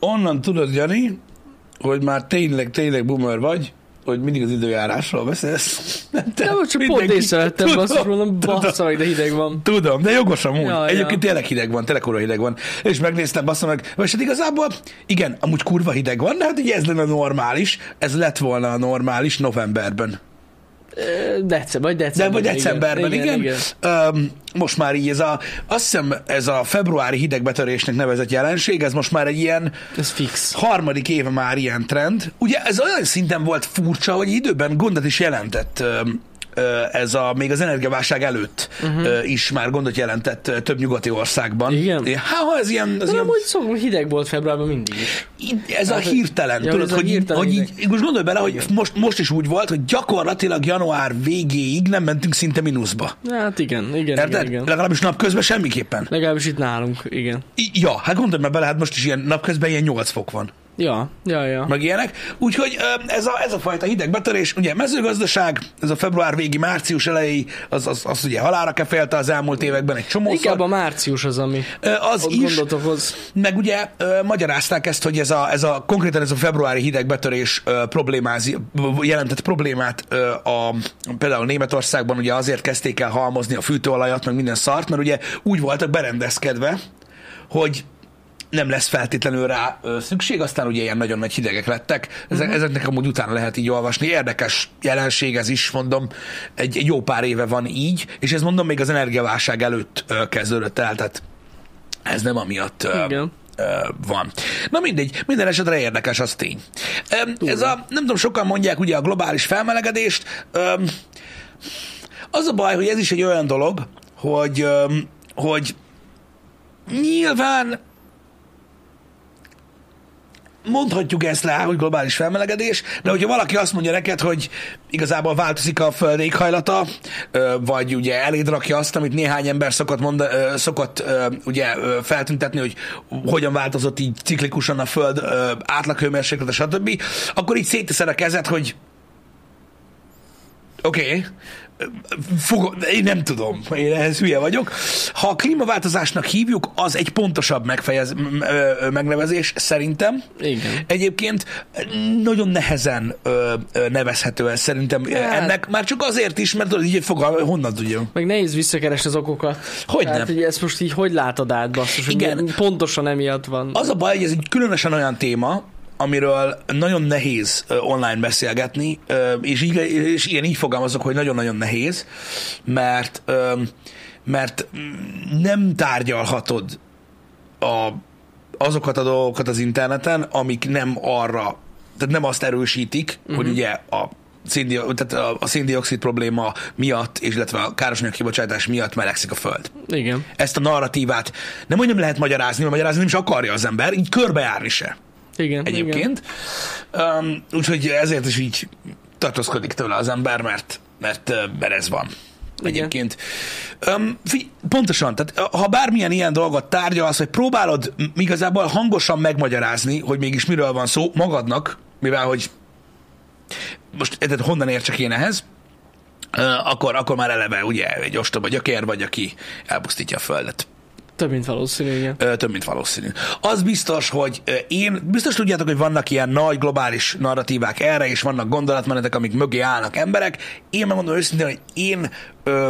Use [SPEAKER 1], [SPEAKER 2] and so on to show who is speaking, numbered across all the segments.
[SPEAKER 1] onnan tudod, Jani, hogy már tényleg, tényleg boomer vagy, hogy mindig az időjárásról beszélsz. Te
[SPEAKER 2] De Hát, most csak pont
[SPEAKER 1] mindenki-
[SPEAKER 2] észrevettem,
[SPEAKER 1] Tudom,
[SPEAKER 2] basszus, mondom,
[SPEAKER 1] tudom.
[SPEAKER 2] bassza meg, de hideg van.
[SPEAKER 1] Tudom, de jogos amúgy.
[SPEAKER 2] Ja,
[SPEAKER 1] Ja,
[SPEAKER 2] ja.
[SPEAKER 1] Egyébként tényleg hideg van, tényleg kurva hideg van. És megnéztem, basszom meg, vagy hát igazából, igen, amúgy kurva hideg van, de hát ugye ez lenne a normális, ez lett volna a normális novemberben.
[SPEAKER 2] Ö, December, vagy
[SPEAKER 1] De vagy
[SPEAKER 2] decemberben.
[SPEAKER 1] decemberben, igen. igen, Öm, most már így ez a, azt hiszem ez a februári hidegbetörésnek nevezett jelenség, ez most már egy ilyen
[SPEAKER 2] Ez fix.
[SPEAKER 1] harmadik éve már ilyen trend. Ugye ez olyan szinten volt furcsa, hogy időben gondot is jelentett öm, ö, ez a, még az energiaválság előtt
[SPEAKER 2] Mhm.
[SPEAKER 1] uh-huh. is már gondot jelentett ö, több nyugati országban.
[SPEAKER 2] Igen?
[SPEAKER 1] Hát, ha ez ilyen, az
[SPEAKER 2] De
[SPEAKER 1] ilyen
[SPEAKER 2] amúgy szokott, hideg volt februárban mindig is.
[SPEAKER 1] így- ez a
[SPEAKER 2] hogy-
[SPEAKER 1] hirtelen,
[SPEAKER 2] ja,
[SPEAKER 1] tudod,
[SPEAKER 2] ez a
[SPEAKER 1] hogy, hirtelen
[SPEAKER 2] hirtelen
[SPEAKER 1] hogy így,
[SPEAKER 2] ideg.
[SPEAKER 1] így most gondolj bele, hogy most, most is úgy volt, hogy gyakorlatilag január végéig nem mentünk szinte mínuszba.
[SPEAKER 2] Hát igen, igen,
[SPEAKER 1] Érted?
[SPEAKER 2] igen, igen.
[SPEAKER 1] Legalábbis napközben semmiképpen.
[SPEAKER 2] Legalábbis itt nálunk, igen.
[SPEAKER 1] I- Ja, hát gondolj már bele, hát most is ilyen napközben ilyen 8 fok van,
[SPEAKER 2] Ja, ja, ja.
[SPEAKER 1] meg ilyenek. Úgyhogy öm, ez a, ez a fajta hidegbetörés, ugye mezőgazdaság, ez a február végi, március elejé, az, az, az ugye halára kefelte az elmúlt években egy csomószor.
[SPEAKER 2] Inkább a március az, ami
[SPEAKER 1] Ö, Az
[SPEAKER 2] ott
[SPEAKER 1] is,
[SPEAKER 2] gondot okoz.
[SPEAKER 1] Meg ugye ö, magyarázták ezt, hogy ez a, ez a konkrétan ez a februári hidegbetörés ö, problémázi, v- jelentett problémát ö, a, például Németországban ugye azért kezdték el halmozni a fűtőolajat, meg minden szart, mert ugye úgy voltak berendezkedve, hogy nem lesz feltétlenül rá ö, szükség, aztán ugye ilyen nagyon nagy hidegek lettek. Ezek, uh-huh. Ezeknek amúgy utána lehet így olvasni. Érdekes jelenség ez is, mondom, egy, egy jó pár éve van így, és ez mondom még az energiaválság előtt ö, kezdődött el, tehát ez nem amiatt ö,
[SPEAKER 2] Igen.
[SPEAKER 1] ö, van. Na mindegy, minden esetre érdekes az tény. Öm, Ez a, nem tudom, sokan mondják ugye a globális felmelegedést. Öm, Az a baj, hogy ez is egy olyan dolog, hogy, öm, hogy nyilván mondhatjuk ezt rá, hogy globális felmelegedés, de hogyha valaki azt mondja neked, hogy igazából változik a föld éghajlata, ö, vagy ugye eléd rakja azt, amit néhány ember szokott, mond, ö, szokott ö, ugye ö, feltüntetni, hogy hogyan változott így ciklikusan a föld ö, átlaghőmérséklete, stb., akkor így szétteszed a kezed, hogy Oké. Okay. Fogom, én nem tudom, én ehhez hülye vagyok. Ha a klímaváltozásnak hívjuk, az egy pontosabb megfejez, m- ö, megnevezés szerintem.
[SPEAKER 2] Igen.
[SPEAKER 1] Egyébként nagyon nehezen ö, ö, nevezhető ez szerintem ö,
[SPEAKER 2] Hát.
[SPEAKER 1] ennek, már csak azért is, mert tudod, így fogal, honnan tudjam.
[SPEAKER 2] Meg nehéz visszakeresni az okokat.
[SPEAKER 1] Hogy
[SPEAKER 2] Tehát,
[SPEAKER 1] nem?
[SPEAKER 2] hogy ezt most így hogy látod át, basszus? hogy
[SPEAKER 1] Igen.
[SPEAKER 2] mi- Pontosan emiatt van.
[SPEAKER 1] Az a baj, hogy ez egy különösen olyan téma, amiről nagyon nehéz ö, online beszélgetni, ö, és, így, és igen, így fogalmazok, hogy nagyon-nagyon nehéz, mert, ö, mert mm, nem tárgyalhatod a, azokat a dolgokat az interneten, amik nem arra, tehát nem azt erősítik, uh-huh. hogy ugye a széndio- tehát a- a széndiokszid probléma miatt, és illetve a károsanyag kibocsátás miatt melegszik a föld
[SPEAKER 2] Igen.
[SPEAKER 1] ezt a narratívát. Nem, hogy nem lehet magyarázni, mert magyarázni nem is akarja az ember, így körbejárni se
[SPEAKER 2] Igen. Igen.
[SPEAKER 1] egyébként. Um, úgyhogy ezért is így tartózkodik tőle az ember, mert, mert, ö, mert ez van.
[SPEAKER 2] Igen.
[SPEAKER 1] Egyébként. Um, figy- pontosan, tehát ö, ha bármilyen ilyen dolgot tárgyalsz, hogy próbálod m- igazából hangosan megmagyarázni, hogy mégis miről van szó magadnak, mivel hogy most tehát honnan értsek én ehhez, Ö, akkor, akkor már eleve ugye egy ostoba gyökér vagy, aki elpusztítja a földet.
[SPEAKER 2] Több, mint valószínű, igen.
[SPEAKER 1] Ö, több, mint valószínű. Az biztos, hogy ö, én, biztos tudjátok, hogy vannak ilyen nagy globális narratívák erre, és vannak gondolatmenetek, amik mögé állnak emberek. Én megmondom őszintén, hogy én ö,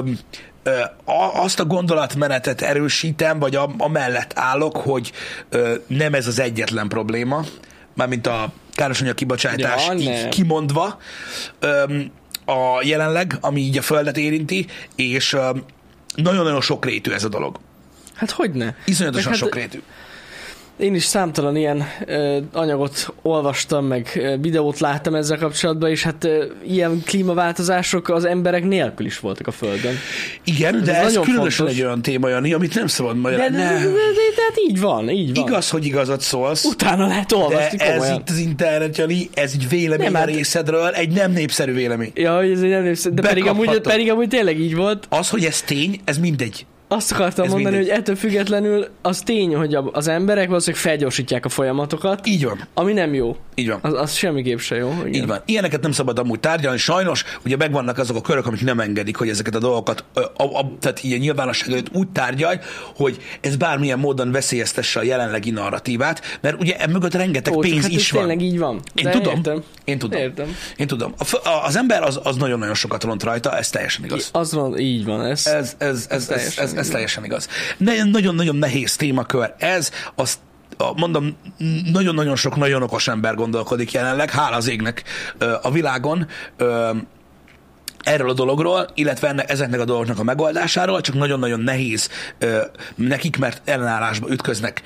[SPEAKER 1] ö, a, azt a gondolatmenetet erősítem, vagy a, a mellett állok, hogy ö, nem ez az egyetlen probléma, mármint a károsanyag kibocsátás
[SPEAKER 2] Ja,
[SPEAKER 1] így
[SPEAKER 2] nem.
[SPEAKER 1] kimondva öm, a jelenleg, ami így a Földet érinti, és öm, nagyon-nagyon sokrétű ez a dolog.
[SPEAKER 2] Hát hogy ne?
[SPEAKER 1] Iszonyatosan
[SPEAKER 2] Meg hát-
[SPEAKER 1] sokrétű.
[SPEAKER 2] Én is számtalan ilyen ö, anyagot olvastam, meg ö, videót láttam ezzel kapcsolatban, és hát ö, ilyen klímaváltozások az emberek nélkül is voltak a Földön.
[SPEAKER 1] Igen, de
[SPEAKER 2] Ez
[SPEAKER 1] ez,
[SPEAKER 2] nagyon
[SPEAKER 1] különösen
[SPEAKER 2] fontos.
[SPEAKER 1] egy olyan téma, Jani, amit nem szabad
[SPEAKER 2] De,
[SPEAKER 1] magyarázni.
[SPEAKER 2] de, de, de, de,
[SPEAKER 1] Nem.
[SPEAKER 2] de hát így van, így van.
[SPEAKER 1] Igaz, hogy igazat szólsz,
[SPEAKER 2] Utána lehet
[SPEAKER 1] de
[SPEAKER 2] olvasni
[SPEAKER 1] ez
[SPEAKER 2] komolyan.
[SPEAKER 1] itt az internet, Jani, ez egy vélemény
[SPEAKER 2] Nem, hát-
[SPEAKER 1] a részedről, egy nem népszerű vélemény.
[SPEAKER 2] Ja, hogy ez egy nem népszerű- de pedig amúgy,
[SPEAKER 1] Bekaphatod.
[SPEAKER 2] pedig amúgy tényleg így volt.
[SPEAKER 1] Az, hogy ez tény, ez mindegy.
[SPEAKER 2] Azt akartam
[SPEAKER 1] Ez
[SPEAKER 2] mondani,
[SPEAKER 1] mindegy.
[SPEAKER 2] hogy ettől függetlenül az tény, hogy a- az emberek valószínűleg felgyorsítják a folyamatokat,
[SPEAKER 1] Így van,
[SPEAKER 2] ami nem jó.
[SPEAKER 1] így van.
[SPEAKER 2] Az, az semmiképp se jó. Igen.
[SPEAKER 1] Így van. Ilyeneket nem szabad amúgy tárgyalni, sajnos ugye megvannak azok a körök, amik nem engedik, hogy ezeket a dolgokat, ö, a, a, tehát így a nyilvánosság előtt úgy tárgyalj, hogy ez bármilyen módon veszélyeztesse a jelenlegi narratívát, mert ugye emögött rengeteg
[SPEAKER 2] Ó, csak
[SPEAKER 1] pénz
[SPEAKER 2] hát ez
[SPEAKER 1] is van.
[SPEAKER 2] tényleg így van.
[SPEAKER 1] Én
[SPEAKER 2] De
[SPEAKER 1] tudom.
[SPEAKER 2] Értem.
[SPEAKER 1] Én tudom.
[SPEAKER 2] Értem.
[SPEAKER 1] Én tudom. A, f- a- az ember az, az nagyon-nagyon sokat ront rajta, ez teljesen igaz.
[SPEAKER 2] Az van, így van. Ez,
[SPEAKER 1] Ez, ez, ez, ez,
[SPEAKER 2] teljesen
[SPEAKER 1] ez, ez
[SPEAKER 2] igaz.
[SPEAKER 1] teljesen igaz. Ne- Nagyon-nagyon nehéz témakör ez, azt a- mondom, n- nagyon-nagyon sok nagyon okos ember gondolkodik jelenleg, hála az égnek ö, a világon, ö, erről a dologról, illetve enne, ezeknek a dolgoknak a megoldásáról, csak nagyon-nagyon nehéz ö, nekik, mert ellenállásba ütköznek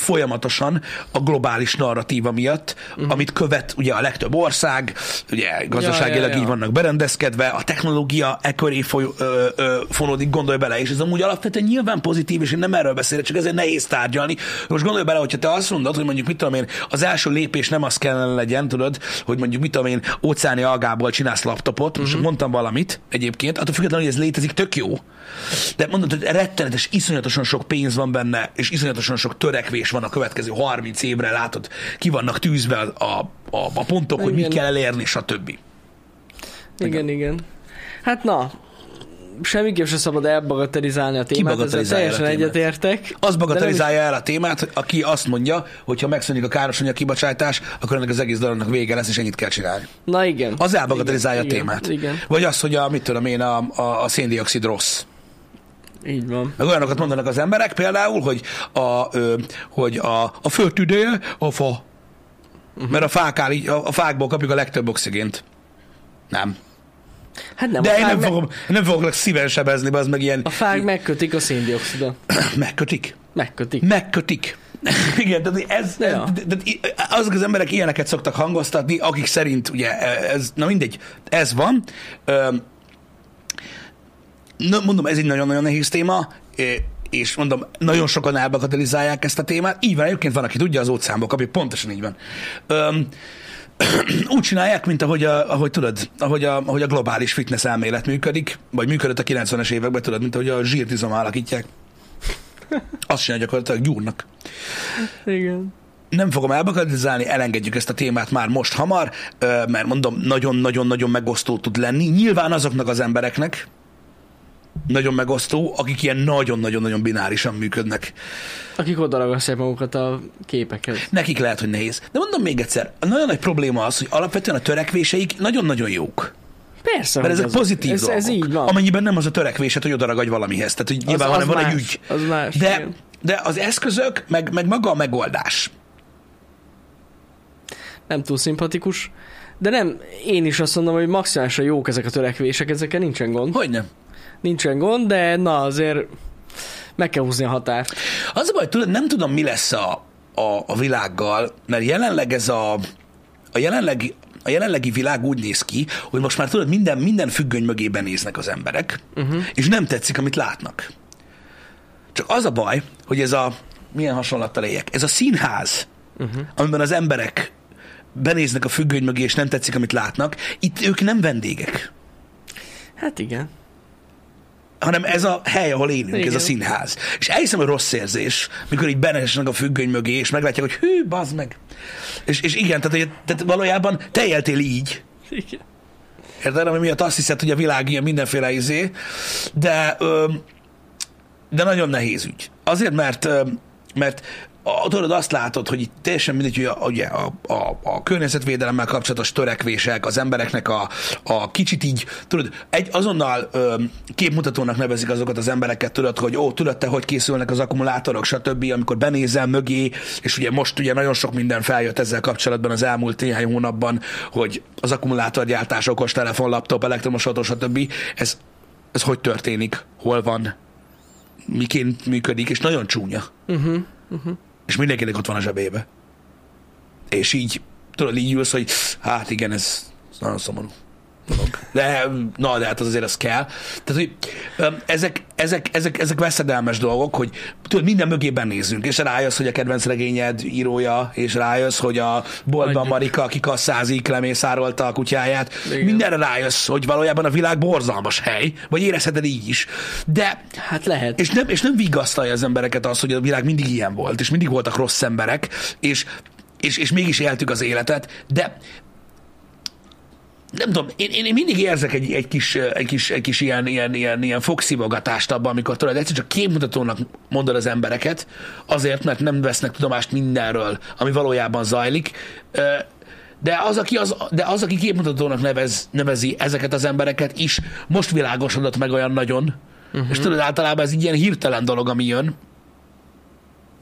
[SPEAKER 1] folyamatosan a globális narratíva miatt, uh-huh. amit követ ugye a legtöbb ország, ugye gazdaságilag
[SPEAKER 2] Mhm. ja, ja.
[SPEAKER 1] így vannak berendezkedve, a technológia e köré foly, ö, ö, fonódik, gondolj bele, és ez amúgy alapvetően nyilván pozitív, és én nem erről beszélek, csak ezért nehéz tárgyalni. Most gondolj bele, hogyha te azt mondod, hogy mondjuk mit tudom én, az első lépés nem az kellene legyen, tudod, hogy mondjuk mit tudom én, óceáni algából csinálsz laptopot, most mondtam valamit egyébként, attól függetlenül, hogy ez létezik, tök jó. De mondod, hogy rettenetes, iszonyatosan sok pénz van benne, és iszonyatosan sok törekvés van a következő 30 évre, látod, ki vannak tűzve a, a, a, a pontok, hogy mit
[SPEAKER 2] Igen.
[SPEAKER 1] kell elérni, stb.
[SPEAKER 2] Igen, igen. Hát na, semmiképp se szabad elbagatelizálni a témát, ezzel
[SPEAKER 1] bagatelizálja
[SPEAKER 2] teljesen
[SPEAKER 1] a témát?
[SPEAKER 2] egyetértek.
[SPEAKER 1] Az bagatelizálja el a témát, hogy aki azt mondja, hogy ha megszűnik a károsanyag kibocsátás, akkor ennek az egész dolognak vége lesz, és ennyit kell csinálni.
[SPEAKER 2] Na igen.
[SPEAKER 1] Az elbagatelizálja a
[SPEAKER 2] Igen,
[SPEAKER 1] témát.
[SPEAKER 2] igen, igen.
[SPEAKER 1] Vagy az, hogy a, mit tudom én, a, a, a széndiokszid rossz.
[SPEAKER 2] Így van.
[SPEAKER 1] Meg olyanokat mondanak az emberek például, hogy a, ö, hogy a, a föld tüdeje a fa.
[SPEAKER 2] Mhm.
[SPEAKER 1] Uh-huh. Mert a, fákál, így- a, a fákból kapjuk a legtöbb oxigént. Nem.
[SPEAKER 2] Hát nem, a
[SPEAKER 1] De én
[SPEAKER 2] fák
[SPEAKER 1] nem
[SPEAKER 2] meg-
[SPEAKER 1] fogom, nem foglak szíven sebezni, az meg ilyen...
[SPEAKER 2] A fák megkötik a széndiokszidot.
[SPEAKER 1] Megkötik.
[SPEAKER 2] Megkötik.
[SPEAKER 1] megkötik. Igen, tehát ez, ez
[SPEAKER 2] Ja.
[SPEAKER 1] de, de, azok az emberek ilyeneket szoktak hangoztatni, akik szerint ugye ez, na mindegy, ez van. Öm, na, mondom, ez egy nagyon-nagyon nehéz téma, é- és mondom, nagyon sokan elbakatelizálják ezt a témát. Így van, egyébként van, aki tudja az óceánból kapja, pontosan így van. Öm, úgy csinálják, mint ahogy, a, ahogy tudod, ahogy a, ahogy a globális fitness elmélet működik, vagy működött a 90-es években, tudod, mint ahogy a zsírtizom alakítják. Azt csinálja gyakorlatilag gyúrnak.
[SPEAKER 2] Igen.
[SPEAKER 1] Nem fogom elbakadizálni, elengedjük ezt a témát már most hamar, ö, mert mondom, nagyon-nagyon-nagyon megosztó tud lenni. Nyilván azoknak az embereknek nagyon megosztó, akik ilyen nagyon-nagyon-nagyon binárisan működnek.
[SPEAKER 2] Akik odaragasztják magukat a képekhez.
[SPEAKER 1] Nekik lehet, hogy nehéz. De mondom még egyszer, a nagyon nagy probléma az, hogy alapvetően a törekvéseik nagyon-nagyon jók.
[SPEAKER 2] Persze,
[SPEAKER 1] Mert
[SPEAKER 2] hogy
[SPEAKER 1] ezek
[SPEAKER 2] azok.
[SPEAKER 1] pozitív
[SPEAKER 2] ez,
[SPEAKER 1] dolgok.
[SPEAKER 2] ez így van.
[SPEAKER 1] Amennyiben nem az a törekvésed, hogy odaragadj valamihez. Tehát, hogy nyilván,
[SPEAKER 2] az
[SPEAKER 1] hanem van
[SPEAKER 2] más,
[SPEAKER 1] egy ügy.
[SPEAKER 2] Az más.
[SPEAKER 1] De,
[SPEAKER 2] igen.
[SPEAKER 1] de az eszközök, meg, meg maga a megoldás.
[SPEAKER 2] nem túl szimpatikus. De nem, én is azt mondom, hogy maximálisan jók ezek a törekvések, ezekkel nincsen gond.
[SPEAKER 1] Hogy nem?
[SPEAKER 2] Nincsen gond, de na azért meg kell húzni a határt.
[SPEAKER 1] Az a baj, tudod, nem tudom, mi lesz a, a, a világgal, mert jelenleg ez a, a jelenlegi, a jelenlegi világ úgy néz ki, hogy most már tudod, minden, minden függöny mögében néznek az emberek, uh-huh. és nem tetszik, amit látnak. Csak az a baj, hogy ez a, milyen hasonlattal éljek, ez a színház, uh-huh. amiben az emberek benéznek a függöny mögé, és nem tetszik, amit látnak, itt ők nem vendégek,
[SPEAKER 2] Hát igen.
[SPEAKER 1] hanem ez a hely, ahol élünk, Igen. ez a
[SPEAKER 2] Igen.
[SPEAKER 1] színház. És elhiszem, hogy rossz érzés, mikor így benesnek a függöny mögé, és meglátják, hogy hű, bazd meg. És, és igen, tehát, hogy, tehát valójában te éltél így,
[SPEAKER 2] Igen.
[SPEAKER 1] érted? Ami miatt azt hiszed, hogy a világ ilyen mindenféle izé, de, öm, de nagyon nehéz ügy. Azért, mert, öm, mert a, tudod, azt látod, hogy itt teljesen mindegy, hogy a, ugye a, a, a környezetvédelemmel kapcsolatos törekvések, az embereknek a, a kicsit így, tudod, egy azonnal öm, képmutatónak nevezik azokat az embereket, tudod, hogy ó, tudod te, hogy készülnek az akkumulátorok, stb., amikor benézel mögé, és ugye most ugye nagyon sok minden feljött ezzel kapcsolatban az elmúlt néhány hónapban, hogy az akkumulátorgyártás, okos telefon, laptop, elektromos autó, stb. Ez, ez hogy történik, hol van, miként működik, és nagyon csúnya. Uh-huh, uh-huh. És mindenkinek ott van a zsebébe. És így, tudod, így ülsz, hogy hát igen, ez, ez nagyon szomorú. dolog. De, na, de hát az azért az kell. Tehát, hogy öm, ezek, ezek, ezek, ezek veszedelmes dolgok, hogy tudod, minden mögében nézünk, és rájössz, hogy a kedvenc regényed írója, és rájössz, hogy a boltban
[SPEAKER 2] Adjuk.
[SPEAKER 1] Marika, aki kasszázig lemészárolta a kutyáját,
[SPEAKER 2] Igen.
[SPEAKER 1] mindenre rájössz, hogy valójában a világ borzalmas hely, vagy érezheted így is. De
[SPEAKER 2] Hát lehet.
[SPEAKER 1] és nem, és nem vigasztalja az embereket az, hogy a világ mindig ilyen volt, és mindig voltak rossz emberek, és, és, és mégis éltük az életet, de nem tudom, én, én én mindig érzek egy, egy, kis, egy, kis, egy kis ilyen, ilyen, ilyen, ilyen fogszivogatást abban, amikor tudod, egyszer csak képmutatónak mondod az embereket, azért, mert nem vesznek tudomást mindenről, ami valójában zajlik, Ö, de az, aki, az, de az, aki képmutatónak nevez, nevezi ezeket az embereket is, most világosodott meg olyan nagyon, uh-huh. és tudod, általában ez egy ilyen hirtelen dolog, ami jön.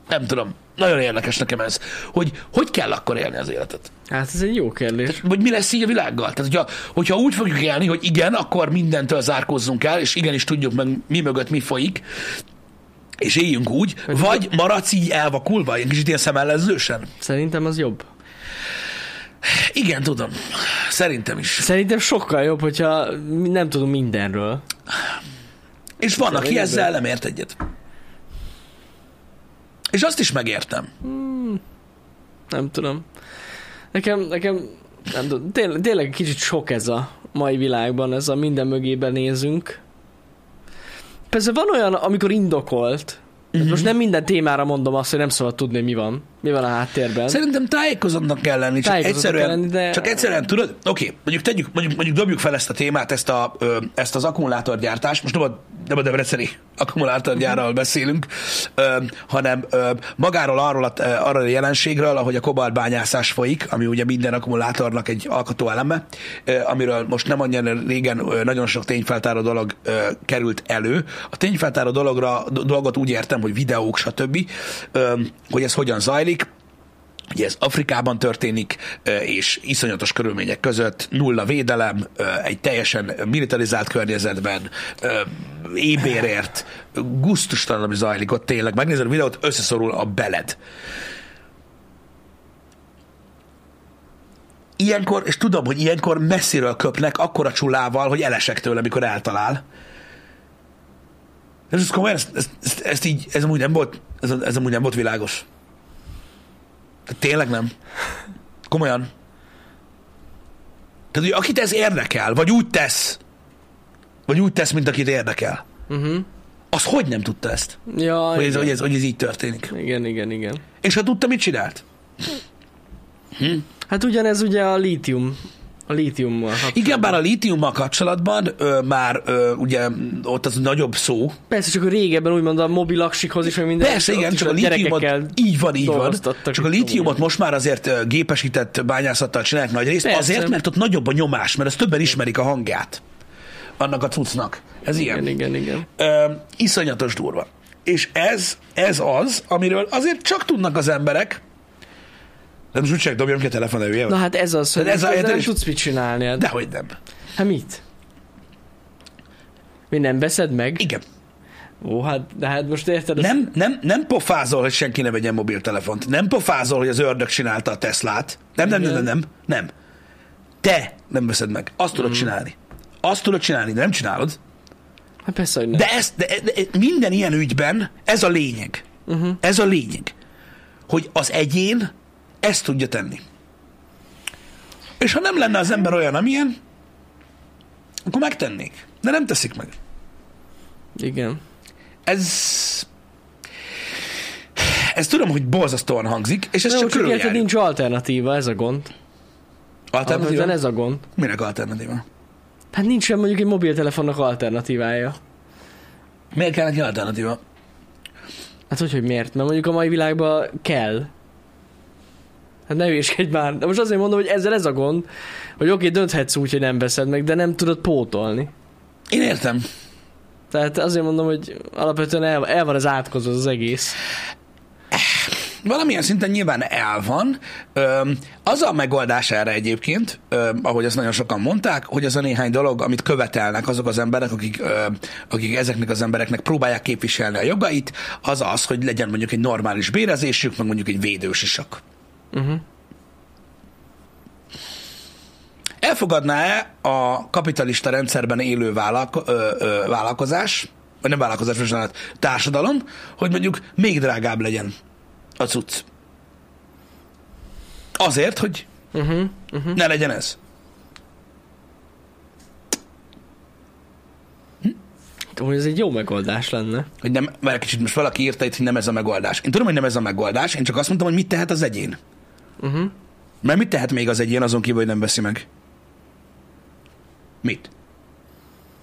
[SPEAKER 1] Nem tudom, nagyon érdekes nekem ez, hogy hogy kell akkor élni az életet
[SPEAKER 2] Hát ez egy jó kérdés.
[SPEAKER 1] vagy mi lesz így a világgal? Tehát, hogyha, hogyha úgy fogjuk élni, hogy igen, akkor mindentől zárkózzunk el, és igenis tudjuk meg, mi mögött mi folyik, és éljünk úgy, vagy maradsz így elvakulva, egy kicsit ilyen szemellenzősen?
[SPEAKER 2] Szerintem az jobb.
[SPEAKER 1] Igen, tudom. Szerintem is.
[SPEAKER 2] Szerintem sokkal jobb, hogyha mi- nem tudom mindenről.
[SPEAKER 1] És van, aki
[SPEAKER 2] Szerintem.
[SPEAKER 1] ezzel nem ért egyet. És azt is megértem.
[SPEAKER 2] Nem tudom. Nekem, nekem, nem tudom, tényleg, tényleg kicsit sok ez a mai világban, ez a minden mögébe nézünk. Persze van olyan, amikor indokolt, uh-huh. most nem minden témára mondom azt, hogy nem szabad tudni, mi van. Mi van a háttérben.
[SPEAKER 1] Szerintem tájékozottnak kell lenni, csak
[SPEAKER 2] Tájékozottnak
[SPEAKER 1] egyszerűen,
[SPEAKER 2] kell lenni, de-
[SPEAKER 1] csak egyszerűen tudod, oké, okay, mondjuk, tegyük, mondjuk, mondjuk dobjuk fel ezt a témát, ezt, a, ö, ezt az akkumulátorgyártást, most nem a, nem a debreceni akkumulátorgyárral
[SPEAKER 2] Mhm.
[SPEAKER 1] beszélünk, ö, hanem ö, magáról arról a, ö, arról a jelenségről, ahogy a kobaltbányászás folyik, ami ugye minden akkumulátornak egy alkotó eleme, ö, amiről most nem annyira régen ö, nagyon sok tényfeltáró dolog ö, került elő. A tényfeltáró dologra, do- dolgot úgy értem, hogy videók, stb., ö, hogy ez hogyan zajlik, Ugye ez Afrikában történik, ö, és iszonyatos körülmények között nulla védelem, ö, egy teljesen militarizált környezetben, ö, ébérért, guztustalan, ami zajlik ott tényleg. Megnézed a videót, összeszorul a beled. Ilyenkor, és tudom, hogy ilyenkor messziről köpnek, akkora csulával, hogy elesek tőle, amikor eltalál. Ez az komolyan, ezt, ezt, ezt, ezt így, ez amúgy nem volt, ez, ez amúgy nem volt világos. Tehát Tényleg nem. Komolyan. Tehát, hogy akit ez érdekel, vagy úgy tesz, vagy úgy tesz, mint akit érdekel,
[SPEAKER 2] Uh-huh.
[SPEAKER 1] az hogy nem tudta ezt,
[SPEAKER 2] Ja,
[SPEAKER 1] hogy ez,
[SPEAKER 2] igen.
[SPEAKER 1] hogy, ez, hogy ez így történik?
[SPEAKER 2] igen, igen, igen.
[SPEAKER 1] És ha tudta, mit csinált?
[SPEAKER 2] Hát ugyanez ugye a lítium. A lítiummal. kapcsolatban.
[SPEAKER 1] Igen, bár a lítiummal kapcsolatban ö, már ö, ugye ott az nagyobb szó.
[SPEAKER 2] Persze, csak a régebben úgymond a mobil aksikhoz is, meg minden.
[SPEAKER 1] Persze,
[SPEAKER 2] ott
[SPEAKER 1] igen,
[SPEAKER 2] is
[SPEAKER 1] csak a lítiumot,
[SPEAKER 2] gyerekekkel
[SPEAKER 1] így van, így van.
[SPEAKER 2] dolgoztattak,
[SPEAKER 1] Csak a
[SPEAKER 2] mit tudom
[SPEAKER 1] lítiumot
[SPEAKER 2] én.
[SPEAKER 1] most már azért ö, gépesített bányászattal csinálják nagy részt,
[SPEAKER 2] Persze.
[SPEAKER 1] azért, mert ott nagyobb a nyomás, mert ezt többen ismerik a hangját annak a cuccnak. Ez ilyen.
[SPEAKER 2] Igen, igen, igen.
[SPEAKER 1] Ö, iszonyatos durva. És ez, ez az, amiről azért csak tudnak az emberek, nem is úgyse dobjam ki a telefon elő,
[SPEAKER 2] Na hát ez az, hogy
[SPEAKER 1] De ez
[SPEAKER 2] ez
[SPEAKER 1] a-
[SPEAKER 2] a, nem
[SPEAKER 1] és-
[SPEAKER 2] tudsz mit csinálni. Hát.
[SPEAKER 1] Dehogy nem.
[SPEAKER 2] Hát mit? Mi nem veszed meg?
[SPEAKER 1] Igen.
[SPEAKER 2] Ó, hát, de hát most érted? azt-
[SPEAKER 1] Nem, nem, nem pofázol, hogy senki ne vegyen mobiltelefont. Nem pofázol, hogy az ördög csinálta a Teslát. Nem, nem, nem, nem,
[SPEAKER 2] Igen.
[SPEAKER 1] nem. nem. Te nem veszed meg. Azt tudod csinálni. Azt tudod csinálni, de nem csinálod.
[SPEAKER 2] Hát persze, hogy nem.
[SPEAKER 1] De, ez, de, de minden ilyen ügyben ez a lényeg.
[SPEAKER 2] Mhm.
[SPEAKER 1] Uh-huh. Ez a lényeg, hogy az egyén ezt tudja tenni. És ha nem lenne az ember olyan, amilyen, akkor megtennék. De nem teszik meg.
[SPEAKER 2] Igen.
[SPEAKER 1] Ez... Ez tudom, hogy borzasztóan hangzik, és ez
[SPEAKER 2] Ez
[SPEAKER 1] csak
[SPEAKER 2] csak érted,
[SPEAKER 1] körüljárjuk.
[SPEAKER 2] nincs alternatíva, ez a gond.
[SPEAKER 1] Alternatíva?
[SPEAKER 2] Alapvetően ez a gond.
[SPEAKER 1] Minek alternatíva?
[SPEAKER 2] Hát nincsen mondjuk egy mobiltelefonnak alternatívája.
[SPEAKER 1] Miért kell neki alternatíva?
[SPEAKER 2] Hát hogy, hogy miért? Mert mondjuk a mai világban kell. Hát ne hülyéskedj már. De most azért mondom, hogy ezzel ez a gond, hogy oké, dönthetsz úgy, hogy nem veszed meg, de nem tudod pótolni.
[SPEAKER 1] Én értem.
[SPEAKER 2] Tehát azért mondom, hogy alapvetően el, el van az átkozva az egész.
[SPEAKER 1] Valamilyen szinten nyilván el van. Öm, az a megoldás erre egyébként, öm, ahogy azt nagyon sokan mondták, hogy az a néhány dolog, amit követelnek azok az emberek, akik, öm, akik ezeknek az embereknek próbálják képviselni a jogait, az az, hogy legyen mondjuk egy normális bérezésük, meg mondjuk egy védősisak.
[SPEAKER 2] Uh-huh.
[SPEAKER 1] Elfogadná-e a kapitalista rendszerben élő vállalko- ö, ö, vállalkozás, vagy nem vállalkozás, bocsánat, társadalom, hogy mondjuk még drágább legyen a cucc? Azért, hogy
[SPEAKER 2] Uh-huh.
[SPEAKER 1] ne legyen ez.
[SPEAKER 2] Hogy ez egy jó megoldás lenne.
[SPEAKER 1] Hogy nem, mert kicsit most valaki írta itt, hogy nem ez a megoldás. Én tudom, hogy nem ez a megoldás, én csak azt mondtam, hogy mit tehet az egyén.
[SPEAKER 2] Uh-huh.
[SPEAKER 1] Mert mit tehet még az egyén azon kívül, hogy nem veszi meg? Mit?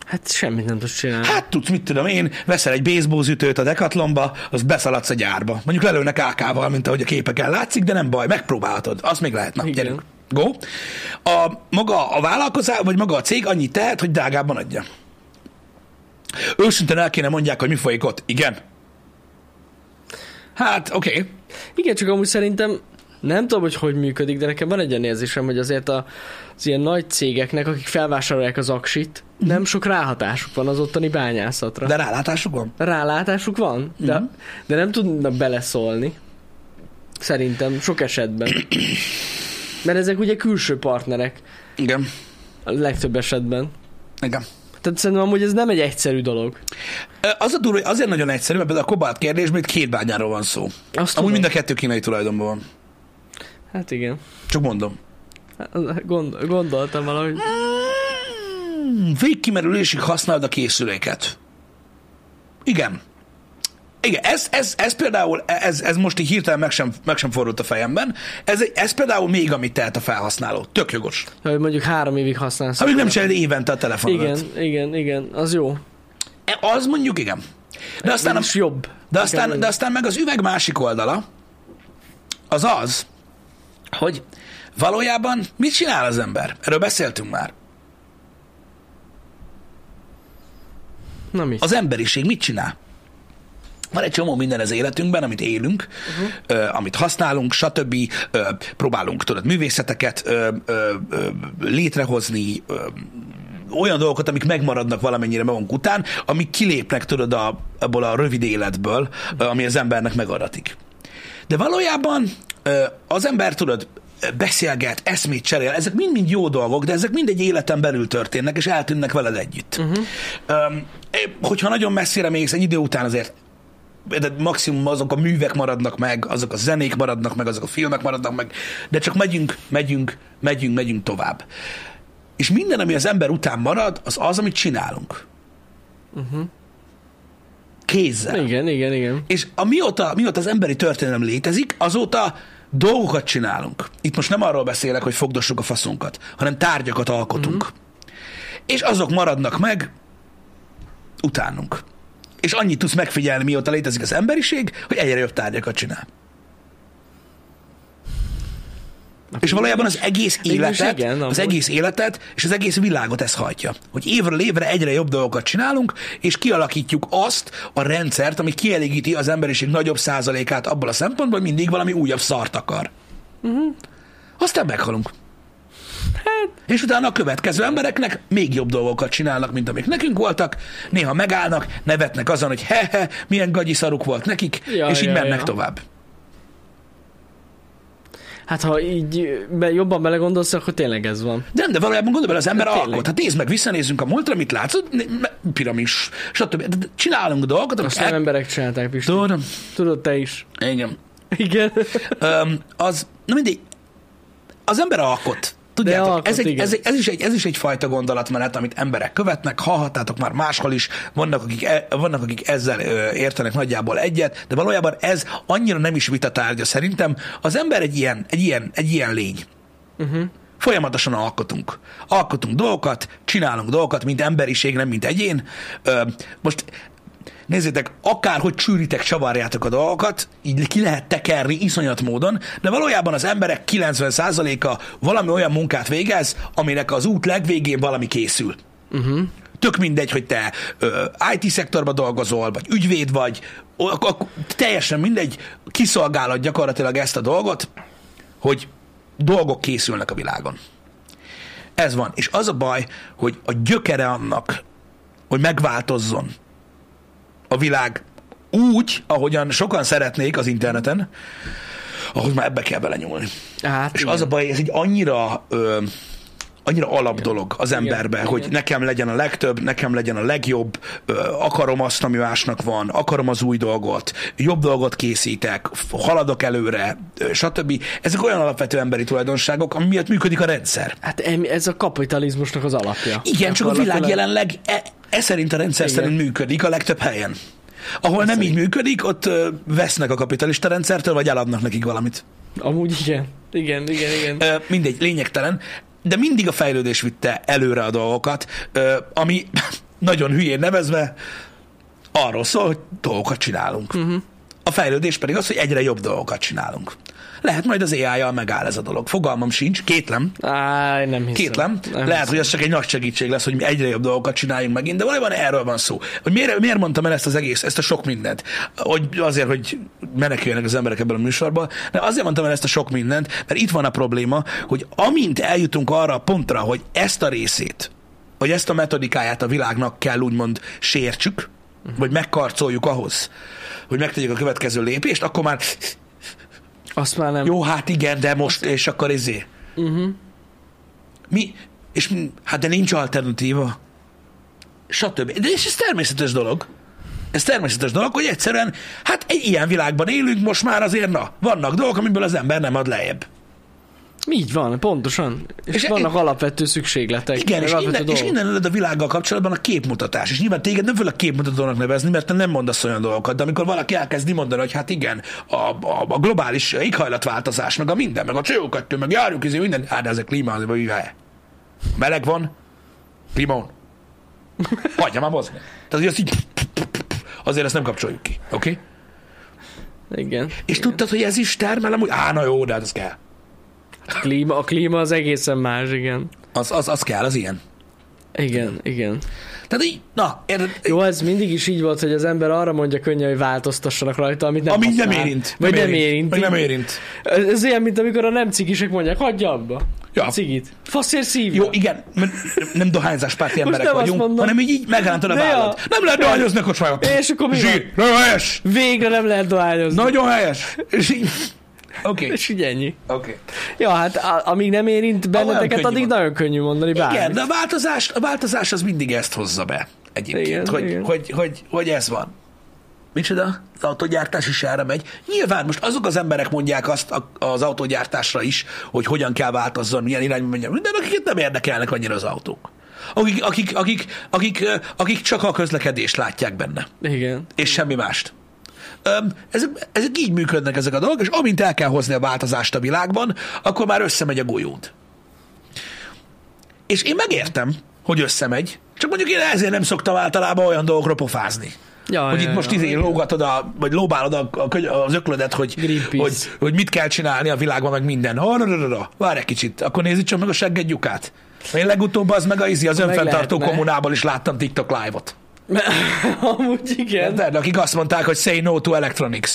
[SPEAKER 2] Hát semmit nem tudsz csinálni.
[SPEAKER 1] Hát tudsz, mit tudom én, veszel egy baseballütőt a dekatlomba, az beszaladsz a gyárba. Mondjuk lelőnek AK-val, mint ahogy a képeken látszik, de nem baj, megpróbálhatod. Azt még lehet. Na,
[SPEAKER 2] Igen.
[SPEAKER 1] gyerünk. Go. A, maga a vállalkozás, vagy maga a cég annyit tehet, hogy drágában adja. Őszintén el kéne mondják, hogy mi folyik ott. Igen. Hát, oké. Okay.
[SPEAKER 2] Igen, csak amúgy szerintem nem tudom, hogy hogy működik, de nekem van egy olyan érzésem, hogy azért a, az ilyen nagy cégeknek, akik felvásárolják az aksit, nem sok ráhatásuk van az ottani bányászatra. De...
[SPEAKER 1] De rálátásuk van?
[SPEAKER 2] Rálátásuk van, de,
[SPEAKER 1] Mhm.
[SPEAKER 2] de nem tudnak beleszólni. Szerintem sok esetben. Mert ezek ugye külső partnerek
[SPEAKER 1] Igen.
[SPEAKER 2] a legtöbb esetben.
[SPEAKER 1] Igen.
[SPEAKER 2] Tehát szerintem amúgy ez nem egy egyszerű dolog.
[SPEAKER 1] Ö, Az a durva, hogy azért nagyon egyszerű, mert például a kobalt kérdésben itt két bányáról van szó.
[SPEAKER 2] Azt
[SPEAKER 1] Amúgy
[SPEAKER 2] tudom.
[SPEAKER 1] mind a kettő kínai tulajdonban van.
[SPEAKER 2] Hát igen.
[SPEAKER 1] Csak mondom.
[SPEAKER 2] Hát, Gond, gondoltam valahogy.
[SPEAKER 1] Mm, végkimerülésig használd a készüléket. Igen. Igen, ez, ez, ez például, ez, ez most így hirtelen meg sem, meg sem fordult a fejemben. Ez, egy- ez például még, amit tehet a felhasználó. Tök jogos.
[SPEAKER 2] Hogy mondjuk három évig használsz.
[SPEAKER 1] Ha még nem cserél évente a telefonodat.
[SPEAKER 2] igen, igen, igen, az jó.
[SPEAKER 1] E, Az mondjuk igen. De aztán, a,
[SPEAKER 2] is jobb.
[SPEAKER 1] de, aztán, de aztán meg az üveg másik oldala, az az, hogy valójában mit csinál az ember? Erről beszéltünk már.
[SPEAKER 2] Na mi? Az...
[SPEAKER 1] az emberiség mit csinál? Van egy csomó minden az életünkben, amit élünk, uh-huh. ö, amit használunk, stb. Ö, próbálunk tudod, művészeteket ö, ö, ö, létrehozni, ö, olyan dolgokat, amik megmaradnak valamennyire magunk után, amik kilépnek tudod a, abból a rövid életből, ö, ami az embernek megadatik. De valójában ö, az ember, tudod, beszélget, eszmét cserél, ezek mind-mind jó dolgok, de ezek mind egy életen belül történnek, és eltűnnek veled együtt. Uh-huh. Öm, hogyha nagyon messzire mész, egy idő után azért de maximum azok a művek maradnak meg, azok a zenék maradnak meg, azok a filmek maradnak meg, de csak megyünk, megyünk, megyünk, megyünk tovább. És minden, ami az ember után marad, az az, amit csinálunk. Uh-huh. Kézzel.
[SPEAKER 2] Igen, igen, igen.
[SPEAKER 1] És amióta, mióta az emberi történelem létezik, azóta dolgokat csinálunk. Itt most nem arról beszélek, hogy fogdossuk a faszunkat, hanem tárgyakat alkotunk. Mm-hmm. És azok maradnak meg utánunk. És annyit tudsz megfigyelni, mióta létezik az emberiség, hogy egyre jobb tárgyakat csinál. És valójában az egész
[SPEAKER 2] Végülis
[SPEAKER 1] életet,
[SPEAKER 2] igen,
[SPEAKER 1] az
[SPEAKER 2] amúgy.
[SPEAKER 1] egész életet és az egész világot ez hajtja. Hogy évről évre egyre jobb dolgokat csinálunk, és kialakítjuk azt a rendszert, ami kielégíti az emberiség nagyobb százalékát abból a szempontból, hogy mindig valami újabb szart akar. Uh-huh. Aztán meghalunk. És utána a következő embereknek még jobb dolgokat csinálnak, mint amik nekünk voltak. Néha megállnak, nevetnek azon, hogy he-he, milyen gagyi szaruk volt nekik, ja,
[SPEAKER 2] Ja,
[SPEAKER 1] és így ja,
[SPEAKER 2] ja,
[SPEAKER 1] mennek ja.
[SPEAKER 2] ja.
[SPEAKER 1] tovább.
[SPEAKER 2] Hát ha így be, jobban belegondolsz, akkor tényleg ez van.
[SPEAKER 1] De nem, de valójában gondolj bele, az ember
[SPEAKER 2] Hát tényleg.
[SPEAKER 1] alkot. Hát nézd meg, visszanézzünk a múltra, mit látsz, piramis, stb. De- de Csinálunk dolgokat,
[SPEAKER 2] Azt
[SPEAKER 1] amik
[SPEAKER 2] nem
[SPEAKER 1] el...
[SPEAKER 2] emberek csinálták, Pisti.
[SPEAKER 1] Hát- Tudom.
[SPEAKER 2] Tudod te is.
[SPEAKER 1] Igen.
[SPEAKER 2] Igen.
[SPEAKER 1] Öm, az, na mindig, az ember alkot. Tudjátok,
[SPEAKER 2] alkot,
[SPEAKER 1] ez, egy,
[SPEAKER 2] igen.
[SPEAKER 1] ez, egy, ez, is egy, ez is egyfajta gondolatmenet, amit emberek követnek, hallhattátok már máshol is, vannak akik, e, vannak, akik ezzel ö, értenek nagyjából egyet, de valójában ez annyira nem is vita tárgya szerintem. Az ember egy ilyen, egy ilyen, egy ilyen lény. folyamatosan alkotunk. Alkotunk dolgokat, csinálunk dolgokat, mint emberiség, nem mint egyén. Ö, most nézzétek, akárhogy csűritek, csavarjátok a dolgokat, így ki lehet tekerni iszonyat módon, de valójában az emberek 90%-a valami olyan munkát végez, aminek az út legvégén valami készül. Uh-huh. Tök mindegy, hogy te ö, IT-szektorban dolgozol, vagy ügyvéd vagy, o- ak- ak- teljesen mindegy, kiszolgálod gyakorlatilag ezt a dolgot, hogy dolgok készülnek a világon. Ez van. És az a baj, hogy a gyökere annak, hogy megváltozzon a világ úgy, ahogyan sokan szeretnék az interneten, ahhoz már ebbe kell belenyúlni.
[SPEAKER 2] Hát
[SPEAKER 1] És
[SPEAKER 2] igen.
[SPEAKER 1] az a baj, ez egy annyira ö, annyira alap igen. dolog az
[SPEAKER 2] Igen,
[SPEAKER 1] emberbe,
[SPEAKER 2] igen.
[SPEAKER 1] hogy nekem legyen a legtöbb, nekem legyen a legjobb, ö, akarom azt, ami másnak van, akarom az új dolgot, jobb dolgot készítek, f- haladok előre, ö, stb. Ezek olyan alapvető emberi tulajdonságok, ami miatt működik a rendszer.
[SPEAKER 2] Hát em- ez a kapitalizmusnak az alapja.
[SPEAKER 1] Igen, csak a világ
[SPEAKER 2] Gyakorlatilag.
[SPEAKER 1] jelenleg e, e szerint a rendszer
[SPEAKER 2] Igen.
[SPEAKER 1] szerint működik a legtöbb helyen. Ahol nem így működik, ott ö, vesznek a kapitalista rendszertől, vagy eladnak nekik valamit.
[SPEAKER 2] Amúgy igen. Igen, igen, igen.
[SPEAKER 1] Ö, mindegy, lényegtelen, de mindig a fejlődés vitte előre a dolgokat, ö, ami nagyon hülyén nevezve arról szól, hogy dolgokat csinálunk.
[SPEAKER 2] Mhm.
[SPEAKER 1] Uh-huh. A fejlődés pedig az, hogy egyre jobb dolgokat csinálunk. Lehet majd az AI-jal megáll ez a dolog. Fogalmam sincs, kétlem,
[SPEAKER 2] Á, nem hiszem.
[SPEAKER 1] kétlem.
[SPEAKER 2] Nem
[SPEAKER 1] Lehet, hogy ez csak egy nagy segítség lesz, hogy mi egyre jobb dolgokat csináljunk megint, de valójában erről van szó. Hogy miért, miért mondtam el ezt az egész, ezt a sok mindent? Hogy azért, hogy meneküljenek az emberek ebben a műsorban, de azért mondtam el ezt a sok mindent, mert itt van a probléma, hogy amint eljutunk arra a pontra, hogy ezt a részét, hogy ezt a metodikáját a világnak kell úgymond sértsük, vagy megkarcoljuk ahhoz, hogy megtegyük a következő lépést, akkor már
[SPEAKER 2] Azt már nem.
[SPEAKER 1] jó, hát igen, de most, és akkor izé. Uh-huh. Mi? És mi- hát de nincs alternatíva. Stb. De és ez természetes dolog. Ez természetes dolog, hogy egyszerűen, hát egy ilyen világban élünk, most már azért, na, vannak dolgok, amiből az ember nem ad lejjebb.
[SPEAKER 2] Így van, pontosan. És,
[SPEAKER 1] És
[SPEAKER 2] és vannak
[SPEAKER 1] én-
[SPEAKER 2] alapvető szükségletek.
[SPEAKER 1] Igen,
[SPEAKER 2] meg
[SPEAKER 1] és
[SPEAKER 2] alapvető
[SPEAKER 1] innen, és
[SPEAKER 2] dolgok.
[SPEAKER 1] innen ered a világgal kapcsolatban a képmutatás. És nyilván téged nem főleg képmutatónak nevezni, mert te nem mondasz olyan dolgokat, de amikor valaki elkezdi mondani, hogy hát igen, a, a, a globális éghajlatváltozás, meg a minden, meg a CO2, meg járjuk, izé, minden, hát de ez a klíma, az a hülye. Meleg van, klímon. Hagyja már mozni. Tehát, hogy azt így, azért ezt nem kapcsoljuk ki, oké? Okay?
[SPEAKER 2] Igen.
[SPEAKER 1] És tudtad, hogy ez is termel, amúgy, á, na jó, de hát ez kell.
[SPEAKER 2] A klíma, a klíma az egészen más, igen.
[SPEAKER 1] Az, az, az kell, az ilyen.
[SPEAKER 2] Igen, igen.
[SPEAKER 1] Tehát így, na, érted?
[SPEAKER 2] Jó, ez mindig is így volt, hogy az ember arra mondja könnyen, hogy változtassanak rajta, amit nem
[SPEAKER 1] Ami nem
[SPEAKER 2] használ.
[SPEAKER 1] érint.
[SPEAKER 2] Vagy nem érint.
[SPEAKER 1] Vagy nem
[SPEAKER 2] igen.
[SPEAKER 1] érint.
[SPEAKER 2] Ez, ez olyan, mint amikor a nem cikisek mondják, hagyja abba.
[SPEAKER 1] Ja.
[SPEAKER 2] A cigit. Faszért szívja.
[SPEAKER 1] Jó, igen, mert nem dohányzáspárti emberek
[SPEAKER 2] nem azt
[SPEAKER 1] vagyunk,
[SPEAKER 2] mondom.
[SPEAKER 1] hanem így, így megrántod a
[SPEAKER 2] De ja.
[SPEAKER 1] vállat. Nem lehet dohányozni a kocsmába.
[SPEAKER 2] És akkor mi
[SPEAKER 1] Zsír, nagyon helyes,
[SPEAKER 2] Végre nem lehet dohányozni.
[SPEAKER 1] nagyon helyes. És így... Oké,
[SPEAKER 2] És így ennyi.
[SPEAKER 1] oké.
[SPEAKER 2] Ja, hát a, amíg nem érint benneteket,
[SPEAKER 1] könnyű
[SPEAKER 2] addig
[SPEAKER 1] van.
[SPEAKER 2] nagyon könnyű mondani bármit.
[SPEAKER 1] Igen, de a változás, a változás az mindig ezt hozza be egyébként,
[SPEAKER 2] Igen,
[SPEAKER 1] hogy,
[SPEAKER 2] igen.
[SPEAKER 1] Hogy, hogy, hogy ez van. Micsoda? Az autógyártás is erre megy. Nyilván most azok az emberek mondják azt a- az autógyártásra is, hogy hogyan kell változzon, milyen irányba menjen minden, akiket nem érdekelnek annyira az autók. Akik, akik, akik, akik, ö, akik csak a közlekedést látják benne
[SPEAKER 2] Igen.
[SPEAKER 1] és semmi mást. Öm, ezek, ezek így működnek ezek a dolgok, és amint el kell hozni a változást a világban, akkor már összemegy a golyód. És én megértem, hogy összemegy, csak mondjuk én ezért nem szoktam általában olyan dolgokra pofázni.
[SPEAKER 2] Ja,
[SPEAKER 1] hogy
[SPEAKER 2] ja,
[SPEAKER 1] itt most
[SPEAKER 2] ja.
[SPEAKER 1] izé lógatod, a, vagy lóbálod a, a, köny- az öklödet, hogy,
[SPEAKER 2] Greenpeace.
[SPEAKER 1] hogy, hogy mit kell csinálni a világban, meg minden. Arra, várj egy kicsit, akkor nézzük csak meg a segged lyukát. Én legutóbb az meg a izi, az önfenntartó
[SPEAKER 2] lehetne.
[SPEAKER 1] kommunából is láttam TikTok live-ot.
[SPEAKER 2] Amúgy igen.
[SPEAKER 1] Érted? Akik azt mondták, hogy say no to electronics.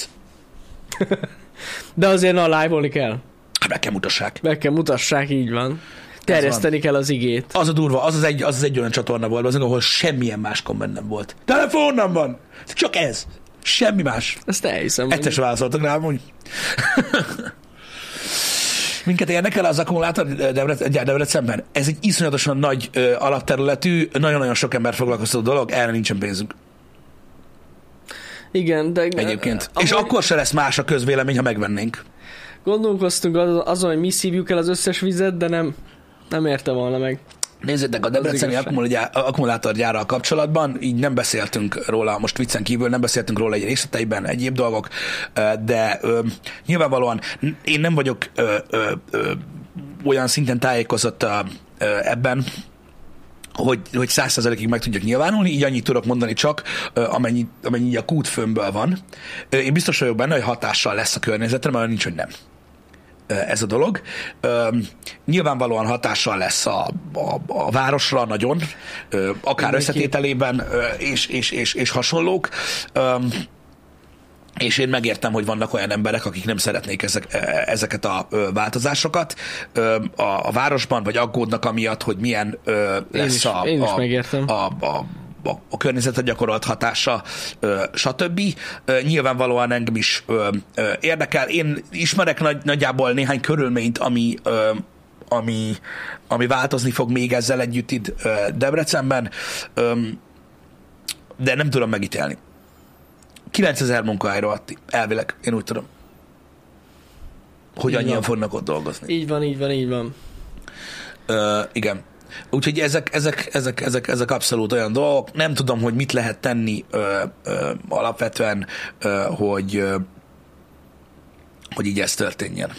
[SPEAKER 2] De azért na, live kell.
[SPEAKER 1] Hát Meg kell mutassák.
[SPEAKER 2] Meg kell mutassák, így van. Terjeszteni kell az igét.
[SPEAKER 1] Az a durva, az az egy, az az egy olyan csatorna volt, azok, ahol semmilyen más komment nem volt. Telefon nem van! Csak ez. Semmi más.
[SPEAKER 2] Ezt elhiszem.
[SPEAKER 1] Egyszer sem válaszoltak rám, hogy... Minket érnek el az akkumulátor Debrecen, Debrecenben. Ez egy iszonyatosan nagy ö, alapterületű, nagyon-nagyon sok ember foglalkoztató dolog, erre nincsen pénzünk
[SPEAKER 2] Igen, de... eh,
[SPEAKER 1] egyébként.
[SPEAKER 2] Amúgy
[SPEAKER 1] És akkor se lesz más a közvélemény, ha megvennénk.
[SPEAKER 2] Gondolkoztunk az- azon, hogy mi szívjuk el az összes vizet, de nem, nem érte volna meg.
[SPEAKER 1] Nézzétek, a Debreceni
[SPEAKER 2] igazság.
[SPEAKER 1] akkumulá- akkumulátorgyárral kapcsolatban így nem beszéltünk róla, most viccen kívül nem beszéltünk róla egy részleteiben, egyéb dolgok, ö, de ö, nyilvánvalóan n- én nem vagyok ö, ö, ö, olyan szinten tájékozott ö, ö, ebben, hogy, hogy 100%-ig meg tudjak nyilvánulni, így annyit tudok mondani csak, ö, amennyi, amennyi így a kútfőmből van. Ö, Én biztos vagyok benne, hogy hatással lesz a környezetre, mert olyan nincs, hogy nem ez a dolog. Öm, Nyilvánvalóan hatással lesz a, a, a városra nagyon, ö, akár
[SPEAKER 2] Mindenki.
[SPEAKER 1] összetételében ö, és, és, és, és hasonlók. Öm, És én megértem, hogy vannak olyan emberek, akik nem szeretnék ezek, e- ezeket a ö, változásokat ö, a, a városban, vagy aggódnak amiatt, hogy milyen ö, lesz
[SPEAKER 2] is-
[SPEAKER 1] a,
[SPEAKER 2] én is
[SPEAKER 1] a,
[SPEAKER 2] megértem.
[SPEAKER 1] a, a, a, a környezetre gyakorolt hatása, ö, stb. Ö, nyilvánvalóan engem is ö, ö, érdekel. Én ismerek nagy, nagyjából néhány körülményt, ami ö, ami, ami változni fog még ezzel együtt itt ö, Debrecenben, öm, de nem tudom megítélni. 9000 munkahelyre adti, elvileg, én úgy tudom. Hogy
[SPEAKER 2] Így
[SPEAKER 1] annyian
[SPEAKER 2] van.
[SPEAKER 1] fognak ott dolgozni.
[SPEAKER 2] Így van, így van, így van.
[SPEAKER 1] Ö, igen. Úgyhogy ezek, ezek, ezek, ezek, ezek abszolút olyan dolgok. Nem tudom, hogy mit lehet tenni ö, ö, alapvetően, ö, hogy, ö, hogy így ez történjen.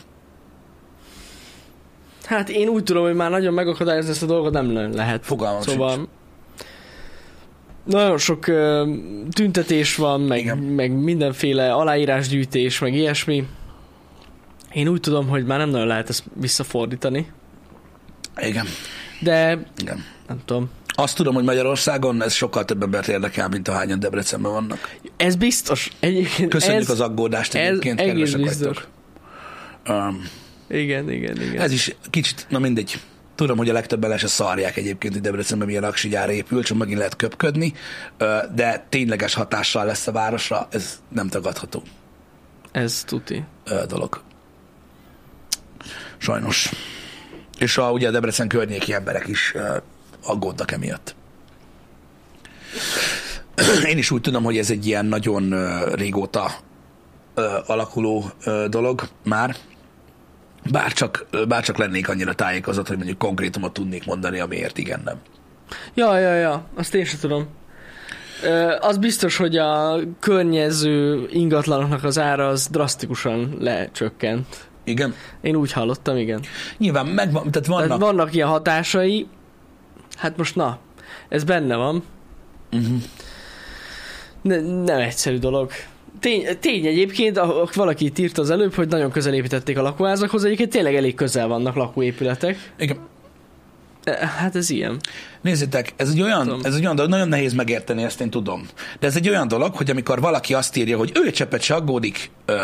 [SPEAKER 2] Hát én úgy tudom, hogy már nagyon megakadályozni ezt a dolgot nem le- lehet.
[SPEAKER 1] Fogalmam
[SPEAKER 2] szóval...
[SPEAKER 1] sincs.
[SPEAKER 2] Nagyon sok ö, tüntetés van,
[SPEAKER 1] Igen.
[SPEAKER 2] meg, meg mindenféle aláírásgyűjtés, meg ilyesmi. Én úgy tudom, hogy már nem nagyon lehet ezt visszafordítani,
[SPEAKER 1] Igen,
[SPEAKER 2] de
[SPEAKER 1] igen.
[SPEAKER 2] nem tudom.
[SPEAKER 1] Azt tudom, hogy Magyarországon ez sokkal több embert érdekel, mint ahányan Debrecenben vannak.
[SPEAKER 2] Ez biztos. Egyébként
[SPEAKER 1] Köszönjük
[SPEAKER 2] ez,
[SPEAKER 1] az aggódást
[SPEAKER 2] ez
[SPEAKER 1] egyébként,
[SPEAKER 2] egész
[SPEAKER 1] kedvesek
[SPEAKER 2] biztos.
[SPEAKER 1] vagytok. Hát- Um,
[SPEAKER 2] Igen, igen, igen.
[SPEAKER 1] ez is kicsit, na mindegy. Tudom, hogy a legtöbben le se szarják egyébként, hogy Debrecenben milyen aksi gyár épül, csak megint lehet köpködni, ö, de tényleges hatással lesz a városra, ez nem tagadható
[SPEAKER 2] Ez tuti.
[SPEAKER 1] ö, dolog. Sajnos. És a, ugye a Debrecen környéki emberek is ö, aggódnak emiatt. Én is úgy tudom, hogy ez egy ilyen nagyon ö, régóta ö, alakuló ö, dolog már. Bár csak, ö, bár csak lennék annyira tájékozott, hogy mondjuk konkrétumot tudnék mondani, amiért igen nem.
[SPEAKER 2] Ja, ja, ja, azt én sem tudom. Ö, az biztos, hogy a környező ingatlanoknak az ára az drasztikusan lecsökkent.
[SPEAKER 1] Igen.
[SPEAKER 2] Én úgy hallottam, igen.
[SPEAKER 1] Nyilván megvan, tehát vannak.
[SPEAKER 2] Tehát vannak ilyen hatásai, hát most na, ez benne van.
[SPEAKER 1] Uh-huh.
[SPEAKER 2] Ne, nem egyszerű dolog. Tény, tény egyébként, a- a- valaki itt írta az előbb, hogy nagyon közel építették a lakóházakhoz, egyébként tényleg elég közel vannak lakóépületek.
[SPEAKER 1] Igen.
[SPEAKER 2] E, Hát ez ilyen.
[SPEAKER 1] Nézzétek, ez egy olyan,
[SPEAKER 2] Tudom.
[SPEAKER 1] ez egy olyan dolog, nagyon nehéz megérteni, ezt én tudom. De ez egy olyan dolog, hogy amikor valaki azt írja, hogy ő egy cseppet se aggódik, ö,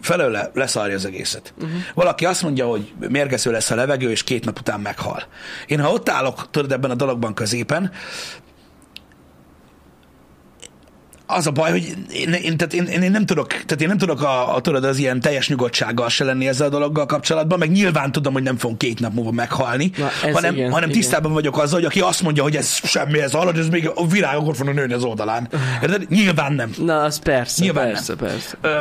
[SPEAKER 1] felőle leszarja az egészet.
[SPEAKER 2] Mhm.
[SPEAKER 1] Uh-huh. Valaki azt mondja, hogy mérgező lesz a levegő, és két nap után meghal. Én ha ott állok, tudod, ebben a dologban középen, az a baj, hogy én, én, tehát én, én, én nem tudok, tehát én nem tudok a, a, tudod, az ilyen teljes nyugodtsággal se lenni ezzel a dologgal kapcsolatban, meg nyilván tudom, hogy nem fogunk két nap múlva meghalni,
[SPEAKER 2] Na, ez
[SPEAKER 1] hanem,
[SPEAKER 2] igen,
[SPEAKER 1] hanem
[SPEAKER 2] igen.
[SPEAKER 1] tisztában vagyok azzal, hogy aki azt mondja, hogy ez semmi, ez alatt, ez még a virág akkor fognak nőni az oldalán. Érted? Nyilván nem.
[SPEAKER 2] Na, az persze,
[SPEAKER 1] Nyilván nem.
[SPEAKER 2] persze, persze.
[SPEAKER 1] Ö,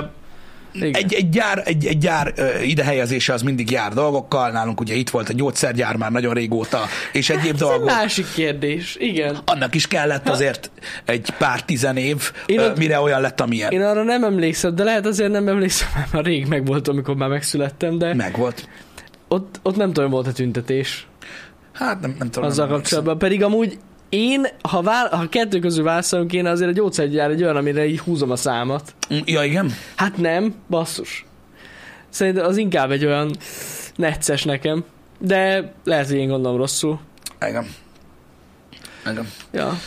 [SPEAKER 2] Igen.
[SPEAKER 1] egy, egy gyár, egy, egy gyár ö, idehelyezése az mindig jár dolgokkal, nálunk ugye itt volt a gyógyszergyár már nagyon régóta, és egyéb
[SPEAKER 2] Ez egy
[SPEAKER 1] dolgok.
[SPEAKER 2] másik kérdés, igen.
[SPEAKER 1] Annak is kellett azért egy pár tizen év,
[SPEAKER 2] Én
[SPEAKER 1] ö,
[SPEAKER 2] ott-
[SPEAKER 1] mire olyan lett, amilyen.
[SPEAKER 2] Én arra nem emlékszem, de lehet azért nem emlékszem, mert már rég megvolt, amikor már megszülettem, de
[SPEAKER 1] Megvolt.
[SPEAKER 2] ott, ott nem tudom, volt a tüntetés
[SPEAKER 1] Hát nem, nem tudom.
[SPEAKER 2] azzal
[SPEAKER 1] nem emlékszem.
[SPEAKER 2] kapcsolatban. Pedig amúgy én, ha, vál, ha kettő közül válaszolom kéne, azért a gyógyszergyár egy olyan, amire így húzom a számat.
[SPEAKER 1] Ja, igen.
[SPEAKER 2] Hát nem, basszus. Szerintem az inkább egy olyan necces nekem. De lehet, hogy én gondolom rosszul.
[SPEAKER 1] Igen. Igen.
[SPEAKER 2] Ja.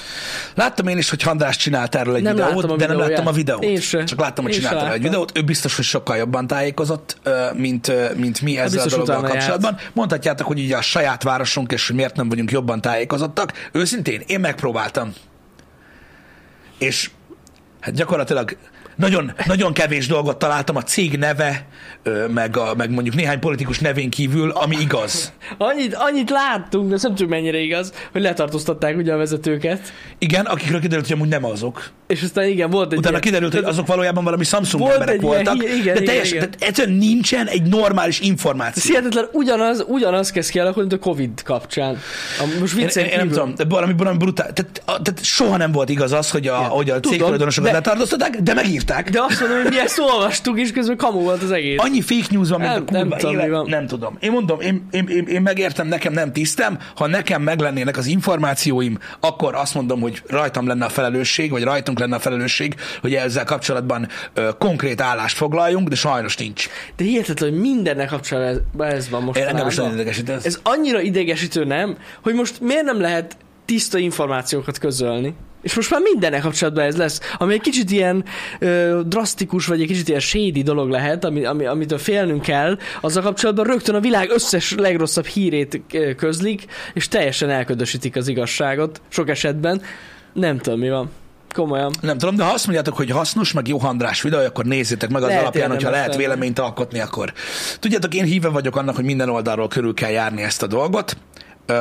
[SPEAKER 1] Láttam én is, hogy Handrás csinált erről egy
[SPEAKER 2] Nem
[SPEAKER 1] videót,
[SPEAKER 2] láttam a
[SPEAKER 1] de nem
[SPEAKER 2] videóját.
[SPEAKER 1] láttam a videót.
[SPEAKER 2] Én se.
[SPEAKER 1] Csak láttam, hogy
[SPEAKER 2] Én se
[SPEAKER 1] csinált erről egy
[SPEAKER 2] láttam.
[SPEAKER 1] videót. Ő biztos, hogy sokkal jobban tájékozott, ö, mint, ö, mint mi ezzel a
[SPEAKER 2] Hát biztos
[SPEAKER 1] dologgal
[SPEAKER 2] utána járt.
[SPEAKER 1] kapcsolatban. Mondhatjátok, hogy ugye a saját városunk, és hogy miért nem vagyunk jobban tájékozottak. Őszintén, én megpróbáltam. És hát gyakorlatilag nagyon, nagyon kevés dolgot találtam a cég neve, ö, meg, a, meg mondjuk néhány politikus nevén kívül, ami igaz.
[SPEAKER 2] Annyit, annyit láttunk, de azt nem tudom mennyire igaz, hogy letartóztatták ugye a vezetőket.
[SPEAKER 1] Igen, akikről kiderült, hogy amúgy nem azok.
[SPEAKER 2] És aztán igen, volt egy
[SPEAKER 1] Utána
[SPEAKER 2] ilyen-
[SPEAKER 1] kiderült, hogy azok valójában valami Samsung
[SPEAKER 2] Volt
[SPEAKER 1] emberek
[SPEAKER 2] egy ilyen-
[SPEAKER 1] voltak,
[SPEAKER 2] igen, igen,
[SPEAKER 1] de teljesen,
[SPEAKER 2] igen.
[SPEAKER 1] tehát egyszerűen nincsen egy normális
[SPEAKER 2] Ez
[SPEAKER 1] információ.
[SPEAKER 2] hihetetlen, ugyanaz, ugyanaz kezd kialakulni, mint a Covid kapcsán. A, most
[SPEAKER 1] Én,
[SPEAKER 2] viccen
[SPEAKER 1] én, én nem tudom, de valami, valami brutál. Tehát, a, tehát soha nem volt igaz az, hogy a, hogy a
[SPEAKER 2] Tudom,
[SPEAKER 1] cégtulajdonosokat
[SPEAKER 2] de-
[SPEAKER 1] letartóztatták, de megírták.
[SPEAKER 2] De azt mondom, hogy mi ezt olvastuk, és közben kamu volt az egész.
[SPEAKER 1] Annyi fake news van, mint
[SPEAKER 2] Nem-
[SPEAKER 1] a kurva
[SPEAKER 2] nem tudom, mi
[SPEAKER 1] élet.
[SPEAKER 2] van.
[SPEAKER 1] nem tudom. Én mondom, én, én, én, én megértem, nekem nem tisztem. Ha nekem meglennének az információim, akkor azt mondom, hogy rajtam lenne a felelősség, vagy rajtunk lenne a felelősség, hogy ezzel kapcsolatban ö, konkrét állást foglaljunk, de sajnos nincs.
[SPEAKER 2] De hihetetlen, hogy mindennek kapcsolatban ez, ez van most.
[SPEAKER 1] Én engem is nagyon idegesít ez.
[SPEAKER 2] Ez annyira idegesítő, nem? Hogy most miért nem lehet tiszta információkat közölni? És most már mindennek kapcsolatban ez lesz, ami egy kicsit ilyen ö, drasztikus, vagy egy kicsit ilyen shady dolog lehet, ami, ami, amitől félnünk kell, azzal kapcsolatban rögtön a világ összes legrosszabb hírét ö, közlik, és teljesen elködösítik az igazságot, sok esetben. Nem tudom, mi van. Komolyan.
[SPEAKER 1] Nem tudom, de ha azt mondjátok, hogy hasznos, meg jó András videó, akkor nézzétek meg az
[SPEAKER 2] Lehet
[SPEAKER 1] lehet alapján, hogyha
[SPEAKER 2] érdemes
[SPEAKER 1] lehet
[SPEAKER 2] lenne.
[SPEAKER 1] véleményt alkotni, akkor. Tudjátok, én híve vagyok annak, hogy minden oldalról körül kell járni ezt a dolgot. Ö,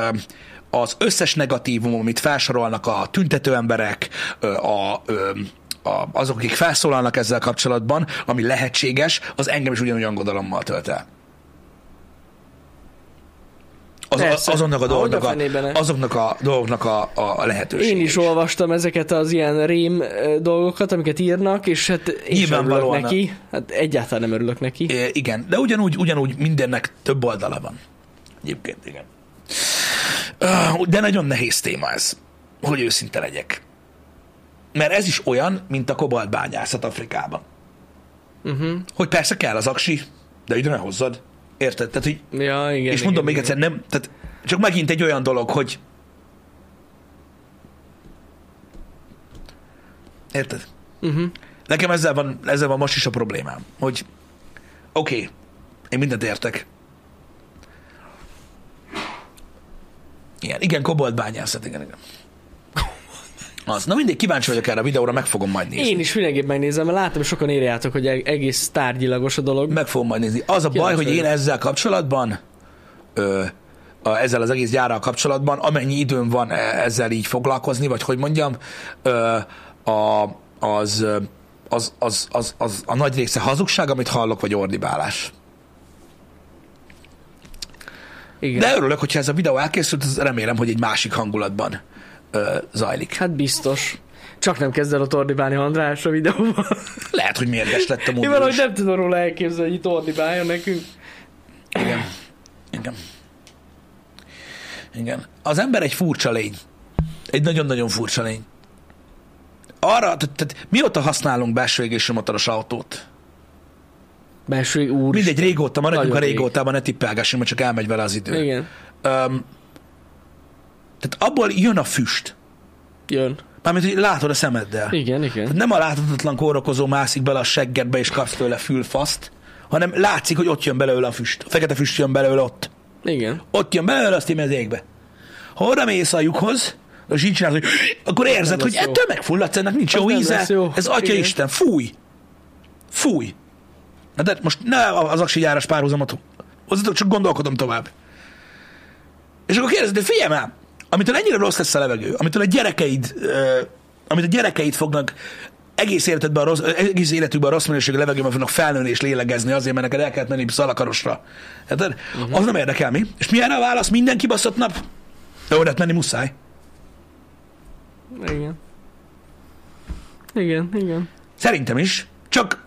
[SPEAKER 1] Az összes negatívum, amit felsorolnak a tüntető emberek, ö, a, ö, a, azok, akik felszólalnak ezzel kapcsolatban, ami lehetséges, az engem is ugyanolyan gondolommal tölt el. Az,
[SPEAKER 2] Persze.
[SPEAKER 1] azonnak a
[SPEAKER 2] Ahogy a
[SPEAKER 1] dolgoknak a,
[SPEAKER 2] fenében ne.
[SPEAKER 1] azoknak a dolgoknak a, a lehetőség.
[SPEAKER 2] Én is olvastam ezeket az ilyen rém ö, dolgokat, amiket írnak, és hát én sem örülök
[SPEAKER 1] Nyilvánvalóan.
[SPEAKER 2] neki. Hát egyáltalán nem örülök neki.
[SPEAKER 1] É, igen, de ugyanúgy, ugyanúgy mindennek több oldala van. Egyébként, igen. Ö, De nagyon nehéz téma ez, hogy őszinte legyek. Mert ez is olyan, mint a kobaltbányászat Afrikában.
[SPEAKER 2] Mhm.
[SPEAKER 1] Uh-huh. Hogy persze kell az aksi, de ide ne hozzad. Érted? Tehát, hogy,
[SPEAKER 2] Ja, igen.
[SPEAKER 1] és
[SPEAKER 2] igen,
[SPEAKER 1] mondom még
[SPEAKER 2] igen.
[SPEAKER 1] egyszer, nem, tehát csak megint egy olyan dolog, hogy Érted?
[SPEAKER 2] Uh-huh.
[SPEAKER 1] Nekem ezzel van, ezzel van most is a problémám, hogy oké, okay, én mindent értek. Igen, igen, kobolt bányászat, igen, igen. Az, na mindig kíváncsi vagyok erre a videóra, meg fogom majd nézni.
[SPEAKER 2] Én is mindenképp megnézem, mert látom, sokan írjátok, hogy eg- egész tárgyilagos a dolog.
[SPEAKER 1] Meg fogom majd nézni. Az a baj,
[SPEAKER 2] Kíváncsi
[SPEAKER 1] hogy én
[SPEAKER 2] vagyok.
[SPEAKER 1] ezzel kapcsolatban, ö, a, ezzel az egész gyárral kapcsolatban, amennyi időm van e- ezzel így foglalkozni, vagy hogy mondjam, ö, a, az, ö, az, az, az, az a nagy része hazugság, amit hallok, vagy ordibálás.
[SPEAKER 2] Igen.
[SPEAKER 1] De örülök, hogyha ez a videó elkészült, az remélem, hogy egy másik hangulatban ö, zajlik.
[SPEAKER 2] Hát biztos. Csak nem kezd el ott ordibálni András a videóban.
[SPEAKER 1] Lehet, hogy mérges lett a
[SPEAKER 2] Én
[SPEAKER 1] múlva
[SPEAKER 2] valahogy
[SPEAKER 1] is.
[SPEAKER 2] nem tudom róla elképzelni, hogy itt ordibáljon nekünk.
[SPEAKER 1] Igen. Igen. Igen. Az ember egy furcsa lény. Egy nagyon-nagyon furcsa lény. Arra, tehát, tehát mióta használunk belső égésű motoros autót?
[SPEAKER 2] Belső úr.
[SPEAKER 1] Mindegy, régóta, maradjunk a
[SPEAKER 2] Nagyon rég.
[SPEAKER 1] régótában, ne tippelgessünk, mert csak elmegy vele az idő.
[SPEAKER 2] Igen,
[SPEAKER 1] Öm, tehát abból jön a füst.
[SPEAKER 2] jön.
[SPEAKER 1] Mármint, hogy látod a szemeddel.
[SPEAKER 2] Igen, igen.
[SPEAKER 1] Tehát nem a láthatatlan kórokozó mászik bele a seggedbe és kapsz tőle fülfaszt, hanem látszik, hogy ott jön belőle a füst. A fekete füst jön belőle ott.
[SPEAKER 2] Igen.
[SPEAKER 1] Ott jön belőle, azt íme az égbe. Ha oda mész a lyukhoz, a zsicsinál, hogy akkor érzed,
[SPEAKER 2] nem
[SPEAKER 1] hogy
[SPEAKER 2] lesz jó.
[SPEAKER 1] ettől megfulladsz, ennek nincs jó
[SPEAKER 2] nem
[SPEAKER 1] íze.
[SPEAKER 2] lesz jó.
[SPEAKER 1] Ez atya
[SPEAKER 2] Igen.
[SPEAKER 1] Isten, fúj! Fúj! Na de most ne az aksi gyáras párhuzamot hozzatok, csak gondolkodom tovább. És akkor kérdezed, hogy figyelj már, amitől ennyire rossz lesz a levegő, amitől a gyerekeid, ö, amit a gyerekeid fognak egész életedben a rossz, ö, egész életükben a rossz minőségű levegőben fognak felnőni és lélegezni azért, mert neked el kellett menni szalakarosra. Érted?
[SPEAKER 2] Mhm.
[SPEAKER 1] Uh-huh. Az nem érdekel mi. És mi erre a válasz minden kibaszott nap? De oda menni muszáj.
[SPEAKER 2] Igen. Igen, igen.
[SPEAKER 1] Szerintem is. Csak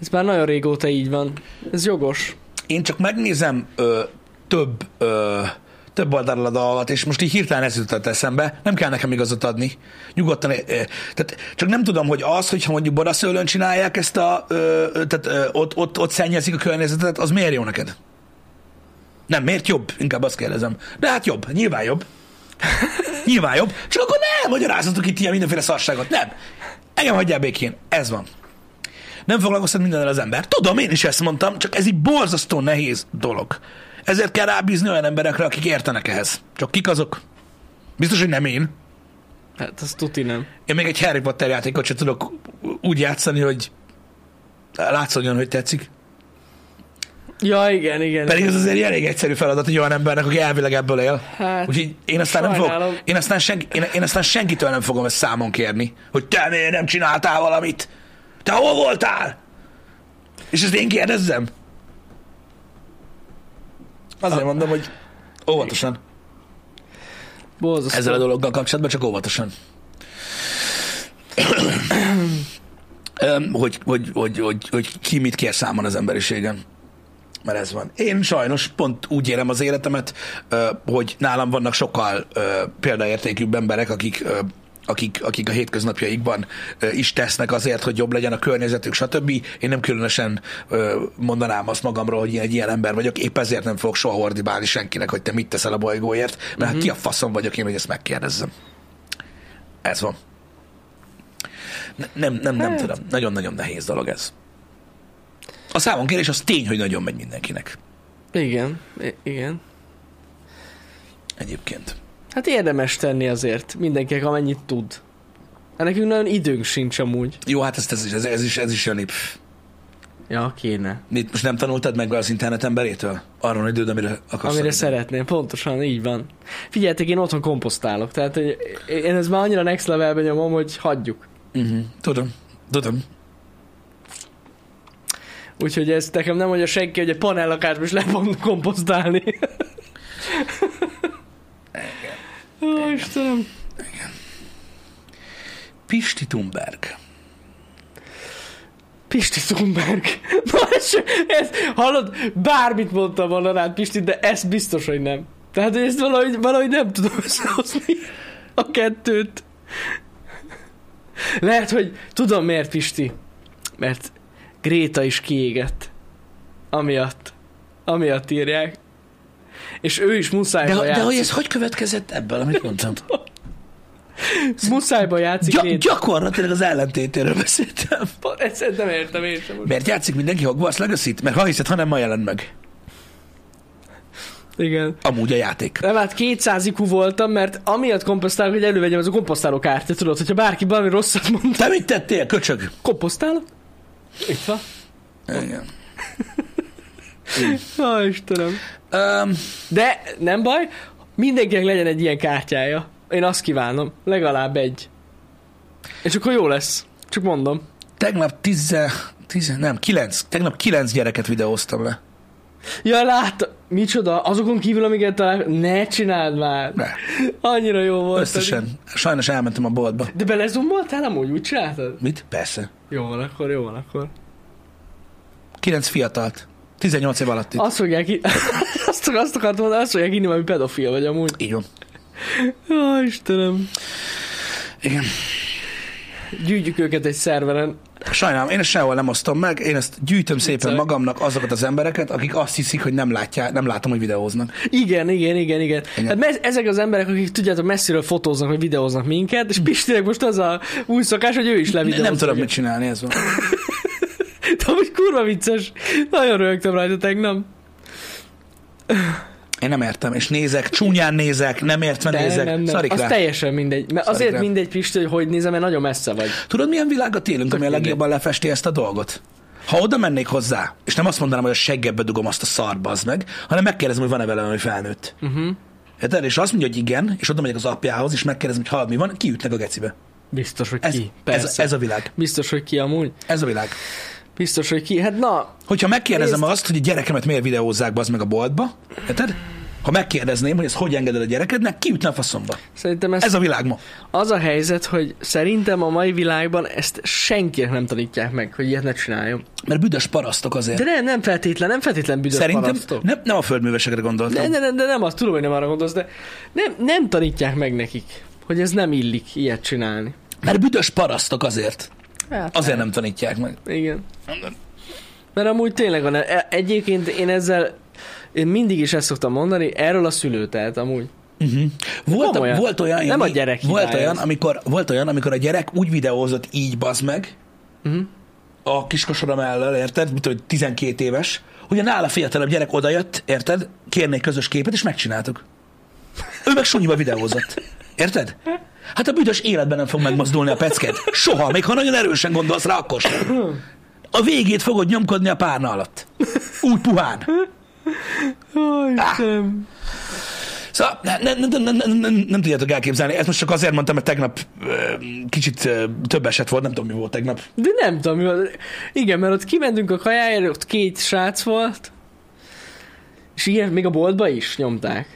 [SPEAKER 2] Ez már nagyon régóta így van. Ez jogos.
[SPEAKER 1] én csak megnézem ö, több, ö, több oldalról a dolgot, és most így hirtelen ez jutott eszembe, nem kell nekem igazat adni. Nyugodtan, ö, ö, tehát csak nem tudom, hogy az, hogyha mondjuk Baraszőlön csinálják ezt a, ö, ö, tehát ö, ott, ott, ott szennyezik a környezetet, az miért jó neked? Nem, miért jobb? Inkább azt kérdezem. De hát jobb, nyilván jobb. nyilván jobb. Csak akkor nem magyarázhatok itt ilyen mindenféle szarságot. Nem. Engem hagyjál békén. Ez van nem foglalkoztat mindennel az ember. Tudom, én is ezt mondtam, csak ez egy borzasztó nehéz dolog. Ezért kell rábízni olyan emberekre, akik értenek ehhez. Csak kik azok? Biztos, hogy nem én.
[SPEAKER 2] Hát az tuti nem.
[SPEAKER 1] Én még egy Harry Potter játékot sem tudok úgy játszani, hogy látszódjon, hogy tetszik.
[SPEAKER 2] Ja, igen, igen.
[SPEAKER 1] Pedig ez azért elég egyszerű feladat egy olyan embernek, aki elvileg ebből él.
[SPEAKER 2] Hát,
[SPEAKER 1] Úgyhogy én aztán nem
[SPEAKER 2] sajnálom.
[SPEAKER 1] fogok, én aztán, senki, én, én aztán senkitől nem fogom ezt számon kérni, hogy te miért nem csináltál valamit? Te hol voltál? És ezt én kérdezzem? Azért mondom, hogy óvatosan.
[SPEAKER 2] borzasztó.
[SPEAKER 1] Ezzel a dologgal kapcsolatban csak óvatosan. Öm, hogy, hogy, hogy, hogy, hogy ki mit kér számon az emberiségen. Mert ez van. Én sajnos pont úgy érem az életemet, ö, hogy nálam vannak sokkal ö, példaértékűbb emberek, akik, ö, akik, akik a hétköznapjaikban ö, is tesznek azért, hogy jobb legyen a környezetük, stb. Én nem különösen ö, mondanám azt magamról, hogy én egy ilyen ember vagyok, épp ezért nem fogok soha ordibálni senkinek, hogy te mit teszel a bolygóért, mert uh-huh. ki a faszom vagyok én, hogy ezt megkérdezzem. Ez van. Ne- Nem, nem, nem hát. tudom. Nagyon-nagyon nehéz dolog ez. A számon kérés az tény, hogy nagyon megy mindenkinek.
[SPEAKER 2] Igen, i- igen.
[SPEAKER 1] Egyébként.
[SPEAKER 2] Hát érdemes tenni azért, mindenkinek amennyit tud. Nekünk nagyon időnk sincs amúgy.
[SPEAKER 1] Jó, hát ez, ez, is- ez, ez, is, ez is jön itt.
[SPEAKER 2] Ja, kéne.
[SPEAKER 1] Mit most nem tanultad meg az internet emberétől? Arra van időd, amire akarsz.
[SPEAKER 2] Amire
[SPEAKER 1] tanulni.
[SPEAKER 2] szeretném, pontosan így van. Figyeljetek, én otthon komposztálok, tehát hogy én ez már annyira next levelben nyomom, hogy hagyjuk.
[SPEAKER 1] Mhm, Tudom, tudom.
[SPEAKER 2] Úgyhogy ez nekem nem mondja senki, hogy a panellakásban is le fogunk komposztálni. Ó, Istenem.
[SPEAKER 1] Pisti Thunberg.
[SPEAKER 2] Pisti Thunberg. Na, ez, se- ez, hallod, bármit mondtam volna rád, Pisti, de ez biztos, hogy nem. Tehát hogy ezt valahogy, valahogy nem tudom összehozni a kettőt. Lehet, hogy tudom miért, Pisti. Mert Gréta is kiégett. Amiatt. Amiatt írják. És ő is
[SPEAKER 1] De,
[SPEAKER 2] muszájba
[SPEAKER 1] de
[SPEAKER 2] játszik.
[SPEAKER 1] hogy ez hogy következett ebből, amit mondtam?
[SPEAKER 2] Muszájba játszik Gy-
[SPEAKER 1] Gy-
[SPEAKER 2] Gréta.
[SPEAKER 1] gyakorlatilag az ellentétéről beszéltem.
[SPEAKER 2] Ezt nem értem én sem. most.
[SPEAKER 1] Mert játszik mindenki Hogwarts legacy Mert ha hiszed, ha nem, ma jelent meg.
[SPEAKER 2] Igen.
[SPEAKER 1] Amúgy a játék.
[SPEAKER 2] Nem, hát 200 IQ voltam, mert amiatt komposztálok, hogy elővegyem az a komposztáló kártyát, tudod, hogyha bárki valami rosszat mond,
[SPEAKER 1] Te mit tettél, köcsög?
[SPEAKER 2] komposztálok? Itt van.
[SPEAKER 1] Igen.
[SPEAKER 2] Na, Istenem.
[SPEAKER 1] Um,
[SPEAKER 2] De nem baj, mindenkinek legyen egy ilyen kártyája. Én azt kívánom, legalább egy. És akkor jó lesz. Csak mondom.
[SPEAKER 1] tegnap 10, 10, nem, 9, tegnap 9 gyereket videóztam le.
[SPEAKER 2] Ja, lát, micsoda, azokon kívül, amiket talál... Ne csináld már.
[SPEAKER 1] Ne.
[SPEAKER 2] Annyira jó volt.
[SPEAKER 1] Összesen. Sajnos elmentem a boltba.
[SPEAKER 2] De belezumoltál amúgy, úgy csináltad?
[SPEAKER 1] Mit? Persze.
[SPEAKER 2] Jó van akkor, jó van akkor.
[SPEAKER 1] 9 fiatalt. 18 év alatt itt.
[SPEAKER 2] Azt fogják, í- azt, azt akartam mondani, azt fogják inni, hogy pedofil vagy amúgy.
[SPEAKER 1] Így van.
[SPEAKER 2] Ó, Istenem.
[SPEAKER 1] Igen.
[SPEAKER 2] Gyűjtjük őket egy szerveren.
[SPEAKER 1] Sajnálom, én ezt sehol nem osztom meg, én ezt gyűjtöm szépen
[SPEAKER 2] Viccelek.
[SPEAKER 1] magamnak azokat az embereket, akik azt hiszik, hogy nem, látják, nem látom, hogy videóznak.
[SPEAKER 2] Igen, igen, igen, igen.
[SPEAKER 1] Igen.
[SPEAKER 2] Hát mez- ezek az emberek, akik tudjátok, messziről fotóznak, vagy videóznak minket, és Pistinek most az a új szokás, hogy ő is
[SPEAKER 1] Ne,
[SPEAKER 2] levideóz.
[SPEAKER 1] nem tudom, mit
[SPEAKER 2] minket.
[SPEAKER 1] csinálni, ez van.
[SPEAKER 2] De amúgy kurva vicces. Nagyon rögtem rajta tegnap.
[SPEAKER 1] Én nem értem, és nézek, csúnyán nézek, nem értve
[SPEAKER 2] De
[SPEAKER 1] nézek.
[SPEAKER 2] nem, nem, nem.
[SPEAKER 1] Szarik
[SPEAKER 2] Az
[SPEAKER 1] rá.
[SPEAKER 2] teljesen mindegy. Mert
[SPEAKER 1] Szarik
[SPEAKER 2] azért
[SPEAKER 1] rá.
[SPEAKER 2] mindegy, Pisti, hogy hogy nézem, mert nagyon messze vagy.
[SPEAKER 1] Tudod, milyen világot élünk, ami a
[SPEAKER 2] mindegy.
[SPEAKER 1] legjobban lefesti ezt a dolgot? Ha oda mennék hozzá, és nem azt mondanám, hogy a seggebbe dugom azt a szarba, az meg, hanem megkérdezem, hogy van-e vele valami felnőtt.
[SPEAKER 2] Uh-huh.
[SPEAKER 1] Érted? És ha azt mondja, hogy igen, és oda megyek az apjához, és megkérdezem, hogy hallod, mi van, kiütnek a gecibe.
[SPEAKER 2] Biztos, hogy
[SPEAKER 1] Ez,
[SPEAKER 2] ki.
[SPEAKER 1] ez,
[SPEAKER 2] Persze.
[SPEAKER 1] ez, a világ.
[SPEAKER 2] Biztos, hogy ki amúgy.
[SPEAKER 1] Ez a világ.
[SPEAKER 2] Biztos, hogy ki. Hát na,
[SPEAKER 1] Hogyha megkérdezem
[SPEAKER 2] Nézd.
[SPEAKER 1] azt, hogy a gyerekemet miért videózzák be az meg a boltba, érted? Ha megkérdezném, hogy ezt hogy engeded a gyerekednek, kiütne a faszomba.
[SPEAKER 2] szerintem ezt
[SPEAKER 1] Ez a világ ma.
[SPEAKER 2] Az a helyzet, hogy szerintem a mai világban ezt senkinek nem tanítják meg, hogy ilyet ne csináljon.
[SPEAKER 1] Mert büdös parasztok azért.
[SPEAKER 2] De nem, nem feltétlen, nem feltétlen büdös
[SPEAKER 1] Szerintem
[SPEAKER 2] parasztok.
[SPEAKER 1] nem, nem a földművesekre gondoltam.
[SPEAKER 2] Ne, ne, ne, de nem, azt tudom, hogy nem arra gondolsz, de nem, nem tanítják meg nekik, hogy ez nem illik ilyet csinálni.
[SPEAKER 1] Mert büdös parasztok azért.
[SPEAKER 2] Hát,
[SPEAKER 1] Azért nem tanítják meg.
[SPEAKER 2] igen. Mert amúgy tényleg van. e- Egyébként én ezzel, én mindig is ezt szoktam mondani, erről a szülő tehet amúgy.
[SPEAKER 1] Uh-huh. Volt,
[SPEAKER 2] Komolyan.
[SPEAKER 1] volt olyan,
[SPEAKER 2] Nem
[SPEAKER 1] ami-
[SPEAKER 2] a gyerek
[SPEAKER 1] volt
[SPEAKER 2] hibája
[SPEAKER 1] olyan,
[SPEAKER 2] ez.
[SPEAKER 1] amikor, volt olyan, amikor a gyerek úgy videózott így bazd meg,
[SPEAKER 2] Uh-huh.
[SPEAKER 1] a kiskosorom ellen, érted, mint hogy 12 éves, hogy a nála fiatalabb gyerek odajött, érted, kérnék közös képet, és megcsináltuk. Ő meg sunyiba videózott. Érted? Hát a büdös életben nem fog megmozdulni a pecked. Soha, még ha nagyon erősen gondolsz rá, akkor sem. A végét fogod nyomkodni a párna alatt. Úgy puhán.
[SPEAKER 2] Ó, Istenem.
[SPEAKER 1] Szóval ne- ne- ne- ne- ne- ne- nem tudjátok elképzelni. Ezt most csak azért mondtam, mert tegnap ö, kicsit ö, több eset volt, nem tudom, mi volt tegnap.
[SPEAKER 2] De nem tudom, mi van. Igen, mert ott kimentünk a kajáért, ott két srác volt, és ilyen még a boltba is nyomták.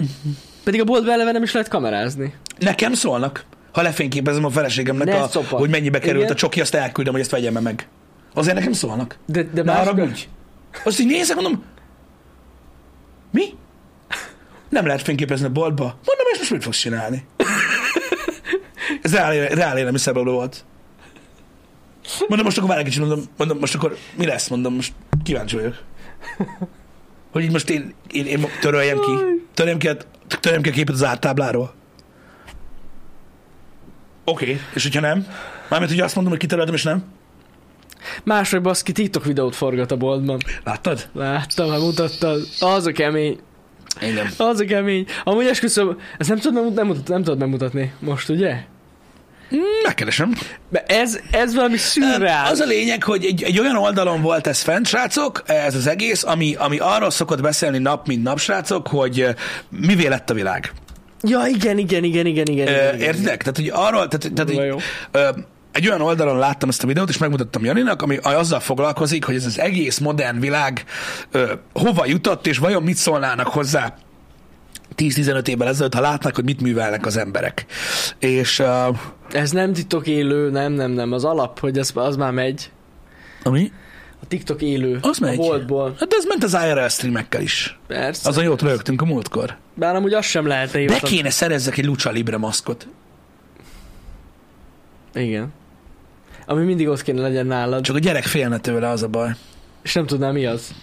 [SPEAKER 2] Pedig a boltba eleve nem is lehet kamerázni.
[SPEAKER 1] Nekem szólnak, ha lefényképezem a feleségemnek,
[SPEAKER 2] Ne
[SPEAKER 1] a,
[SPEAKER 2] szopass.
[SPEAKER 1] hogy mennyibe került
[SPEAKER 2] Igen.
[SPEAKER 1] a csoki, azt elküldöm, hogy ezt vegyem -e meg. Azért nekem szólnak.
[SPEAKER 2] De,
[SPEAKER 1] Ne
[SPEAKER 2] de más-
[SPEAKER 1] haragudj. Azt így nézek, mondom, mi? Nem lehet fényképezni a boltba. Mondom, és most mit fogsz csinálni? Ez reál, reál élem volt. Mondom, most akkor várj egy kicsit, mondom, mondom, most akkor mi lesz? Mondom, most kíváncsi vagyok. Hogy így most én, én, én töröljem ki. Töröljem ki, a, töröljem ki a képet az ártábláról. Oké, okay. és hogyha nem? Mármint, hogy azt mondom, hogy kitöröltem, és nem?
[SPEAKER 2] Máshogy baszki TikTok videót forgat a boltban.
[SPEAKER 1] Láttad?
[SPEAKER 2] Láttam, már mutattad. Az a kemény.
[SPEAKER 1] Igen.
[SPEAKER 2] Az a kemény. Amúgy esküszöm, ezt nem tudod, megmut- nem, mutat, nem tudod megmutatni most, ugye?
[SPEAKER 1] Megkeresem.
[SPEAKER 2] De ez, ez valami szürreális.
[SPEAKER 1] Az a lényeg, hogy egy, egy olyan oldalon volt ez fent, srácok, ez az egész, ami, ami arról szokott beszélni nap, mint nap, srácok, hogy ö, mivé lett a világ.
[SPEAKER 2] Ja, igen, igen, igen, igen, igen.
[SPEAKER 1] Ö,
[SPEAKER 2] igen, igen.
[SPEAKER 1] Értitek? Tehát, hogy arról, tehát, tehát
[SPEAKER 2] Kurva
[SPEAKER 1] így,
[SPEAKER 2] jó.
[SPEAKER 1] ö, egy olyan oldalon láttam ezt a videót, és megmutattam Janinak, ami azzal foglalkozik, hogy ez az egész modern világ ö, hova jutott, és vajon mit szólnának hozzá 10-15 évvel ezelőtt, ha látnak, hogy mit művelnek az emberek. És ö,
[SPEAKER 2] Ez nem titok élő, nem, nem, nem. Az alap, hogy az, az már megy.
[SPEAKER 1] ami?
[SPEAKER 2] A TikTok élő.
[SPEAKER 1] Az megy.
[SPEAKER 2] A boltból.
[SPEAKER 1] Hát ez ment az IRL streamekkel is.
[SPEAKER 2] Persze. Az...
[SPEAKER 1] Azon jót rögtünk a múltkor.
[SPEAKER 2] Bár amúgy azt sem lehet
[SPEAKER 1] Be
[SPEAKER 2] hivatani.
[SPEAKER 1] kéne szerezzek egy Lucha Libre maszkot.
[SPEAKER 2] Igen. Ami mindig ott kéne legyen nálad.
[SPEAKER 1] Csak a gyerek félne tőle, az a baj.
[SPEAKER 2] És nem tudná mi az.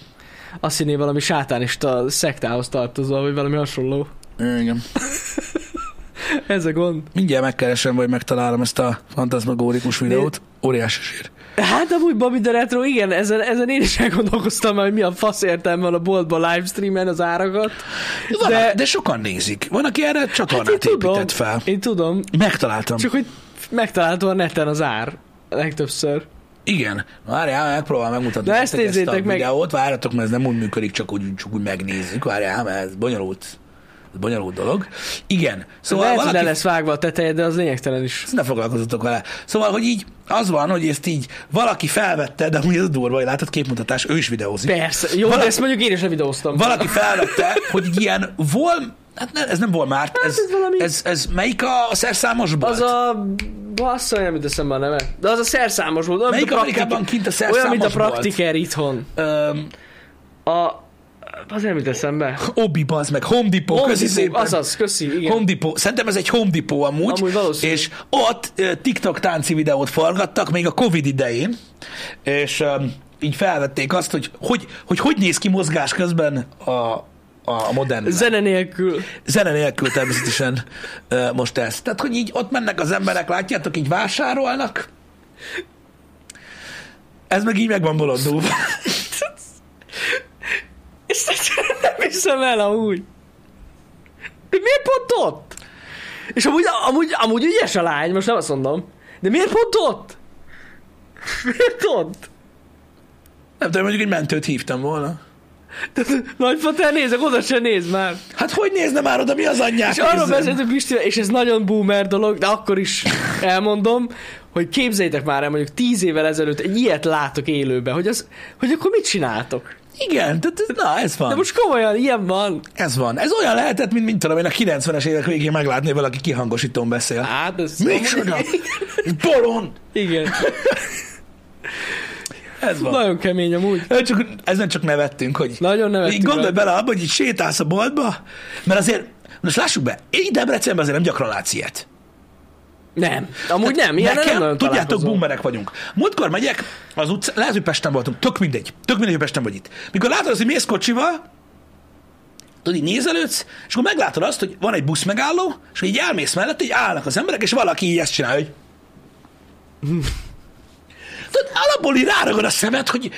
[SPEAKER 2] Azt hinné valami sátánista szektához tartozva, vagy valami hasonló.
[SPEAKER 1] Igen.
[SPEAKER 2] Ez a gond.
[SPEAKER 1] Mindjárt megkeresem, vagy megtalálom ezt a fantasmagórikus videót. Óriási sír.
[SPEAKER 2] Hát amúgy Bobby de Retro, igen, ezen, ezen én is elgondolkoztam már, hogy mi a fasz értelme van a boltban livestreamen az árakat.
[SPEAKER 1] Van,
[SPEAKER 2] De-
[SPEAKER 1] de... de sokan nézik. Van, aki erre csatornát
[SPEAKER 2] én tudom.
[SPEAKER 1] épített fel.
[SPEAKER 2] Én tudom,
[SPEAKER 1] Megtaláltam. Csak...
[SPEAKER 2] csak hogy megtalálta a neten az ár. Legtöbbször.
[SPEAKER 1] Igen. Várjál, megpróbál megmutatni.
[SPEAKER 2] Na,
[SPEAKER 1] nektek
[SPEAKER 2] ezt nézzétek
[SPEAKER 1] a
[SPEAKER 2] meg.
[SPEAKER 1] Videót. Várjatok, mert ez nem úgy működik, csak úgy, csak úgy megnézzük. Várjál, mert ez bonyolult, ez bonyolult dolog. Igen.
[SPEAKER 2] Szóval
[SPEAKER 1] Szóval
[SPEAKER 2] Lehet, valaki...
[SPEAKER 1] valaki
[SPEAKER 2] le lesz vágva a teteje, de az lényegtelen is.
[SPEAKER 1] Ezt ne foglalkozatok vele. Szóval, hogy így az van, hogy ezt így valaki felvette, de amúgy az durva, hogy látod képmutatás, ő is videózik.
[SPEAKER 2] Persze. Jó,
[SPEAKER 1] Valaki-
[SPEAKER 2] de ezt mondjuk én is levideóztam.
[SPEAKER 1] Valaki felvette, hogy egy ilyen vol, hát ne, ez nem vol már, ez,
[SPEAKER 2] ez valami-
[SPEAKER 1] ez, ez, melyik a szerszámos bolt?
[SPEAKER 2] Az a... Bassza, nem jut eszembe a neve. De az a szerszámos volt. Olyan,
[SPEAKER 1] Melyik
[SPEAKER 2] mint a praktik-
[SPEAKER 1] Amerikában kint a szerszámos
[SPEAKER 2] Olyan, mint a
[SPEAKER 1] bolt?
[SPEAKER 2] praktiker itthon.
[SPEAKER 1] Öm,
[SPEAKER 2] A... Az nem jut eszembe.
[SPEAKER 1] Obi bazd meg, Home Depot,
[SPEAKER 2] Home
[SPEAKER 1] közi
[SPEAKER 2] Depot,
[SPEAKER 1] szépen.
[SPEAKER 2] Azaz, köszi, igen.
[SPEAKER 1] Home Depot. Szerintem ez egy Home Depot amúgy.
[SPEAKER 2] Amúgy valószínű.
[SPEAKER 1] és ott ö, TikTok tánci videót forgattak még a Covid idején, és öm, így felvették azt, hogy hogy, hogy, hogy néz ki mozgás közben a, a modern világ.
[SPEAKER 2] Zene nélkül.
[SPEAKER 1] zene nélkül természetesen ö, most ezt. Tehát, hogy így ott mennek az emberek, látjátok, így vásárolnak. Ez meg így meg van bolondulva.
[SPEAKER 2] És egyszerűen nem hiszem el amúgy. De miért pont ott? És amúgy, amúgy, amúgy ügyes a lány, most nem azt mondom. De miért pont ott? Miért ott?
[SPEAKER 1] Nem tudom, mondjuk egy mentőt hívtam volna.
[SPEAKER 2] Nagyfater nézek, oda se néz már.
[SPEAKER 1] Hát hogy nézne már oda, mi az anyját
[SPEAKER 2] És arról
[SPEAKER 1] nézzen?
[SPEAKER 2] beszéltünk Pistivel, és ez nagyon boomer dolog, de akkor is elmondom, hogy képzeljétek már el, mondjuk tíz évvel ezelőtt egy ilyet látok élőben, hogy, az, hogy akkor mit csináltok?
[SPEAKER 1] Igen, tehát ez- na ez van.
[SPEAKER 2] De most komolyan, ilyen van.
[SPEAKER 1] Ez van. Ez olyan lehetett, mint mint tudom én a 90-es évek végén meglátni, hogy valaki kihangosítón beszél.
[SPEAKER 2] Hát ez...
[SPEAKER 1] Micsoda! Ez Bolond!
[SPEAKER 2] Igen.
[SPEAKER 1] Ez van.
[SPEAKER 2] Nagyon kemény amúgy.
[SPEAKER 1] Ö, Csak, ezen csak nevettünk, hogy
[SPEAKER 2] Nagyon nevettünk
[SPEAKER 1] így gondolj
[SPEAKER 2] rajta.
[SPEAKER 1] bele abba, hogy így sétálsz a boltba, mert azért, most lássuk be, így Debrecenben azért nem gyakran látsz ilyet.
[SPEAKER 2] Nem. Amúgy nem, ilyen nem
[SPEAKER 1] Hát Nekem,
[SPEAKER 2] nagyon
[SPEAKER 1] tudjátok,
[SPEAKER 2] találkozom.
[SPEAKER 1] boomerek vagyunk. Múltkor megyek az utcán, lehet, hogy Pesten voltunk, tök mindegy, tök mindegy, hogy Pesten vagy itt. Mikor látod azt, hogy mész kocsival, tudod, így nézelődsz, és akkor meglátod azt, hogy van egy busz megálló, és akkor így elmész mellett, így állnak az emberek, és valaki így ezt csinál, hogy... Tudod, alapból így ráragod a szemed, hogy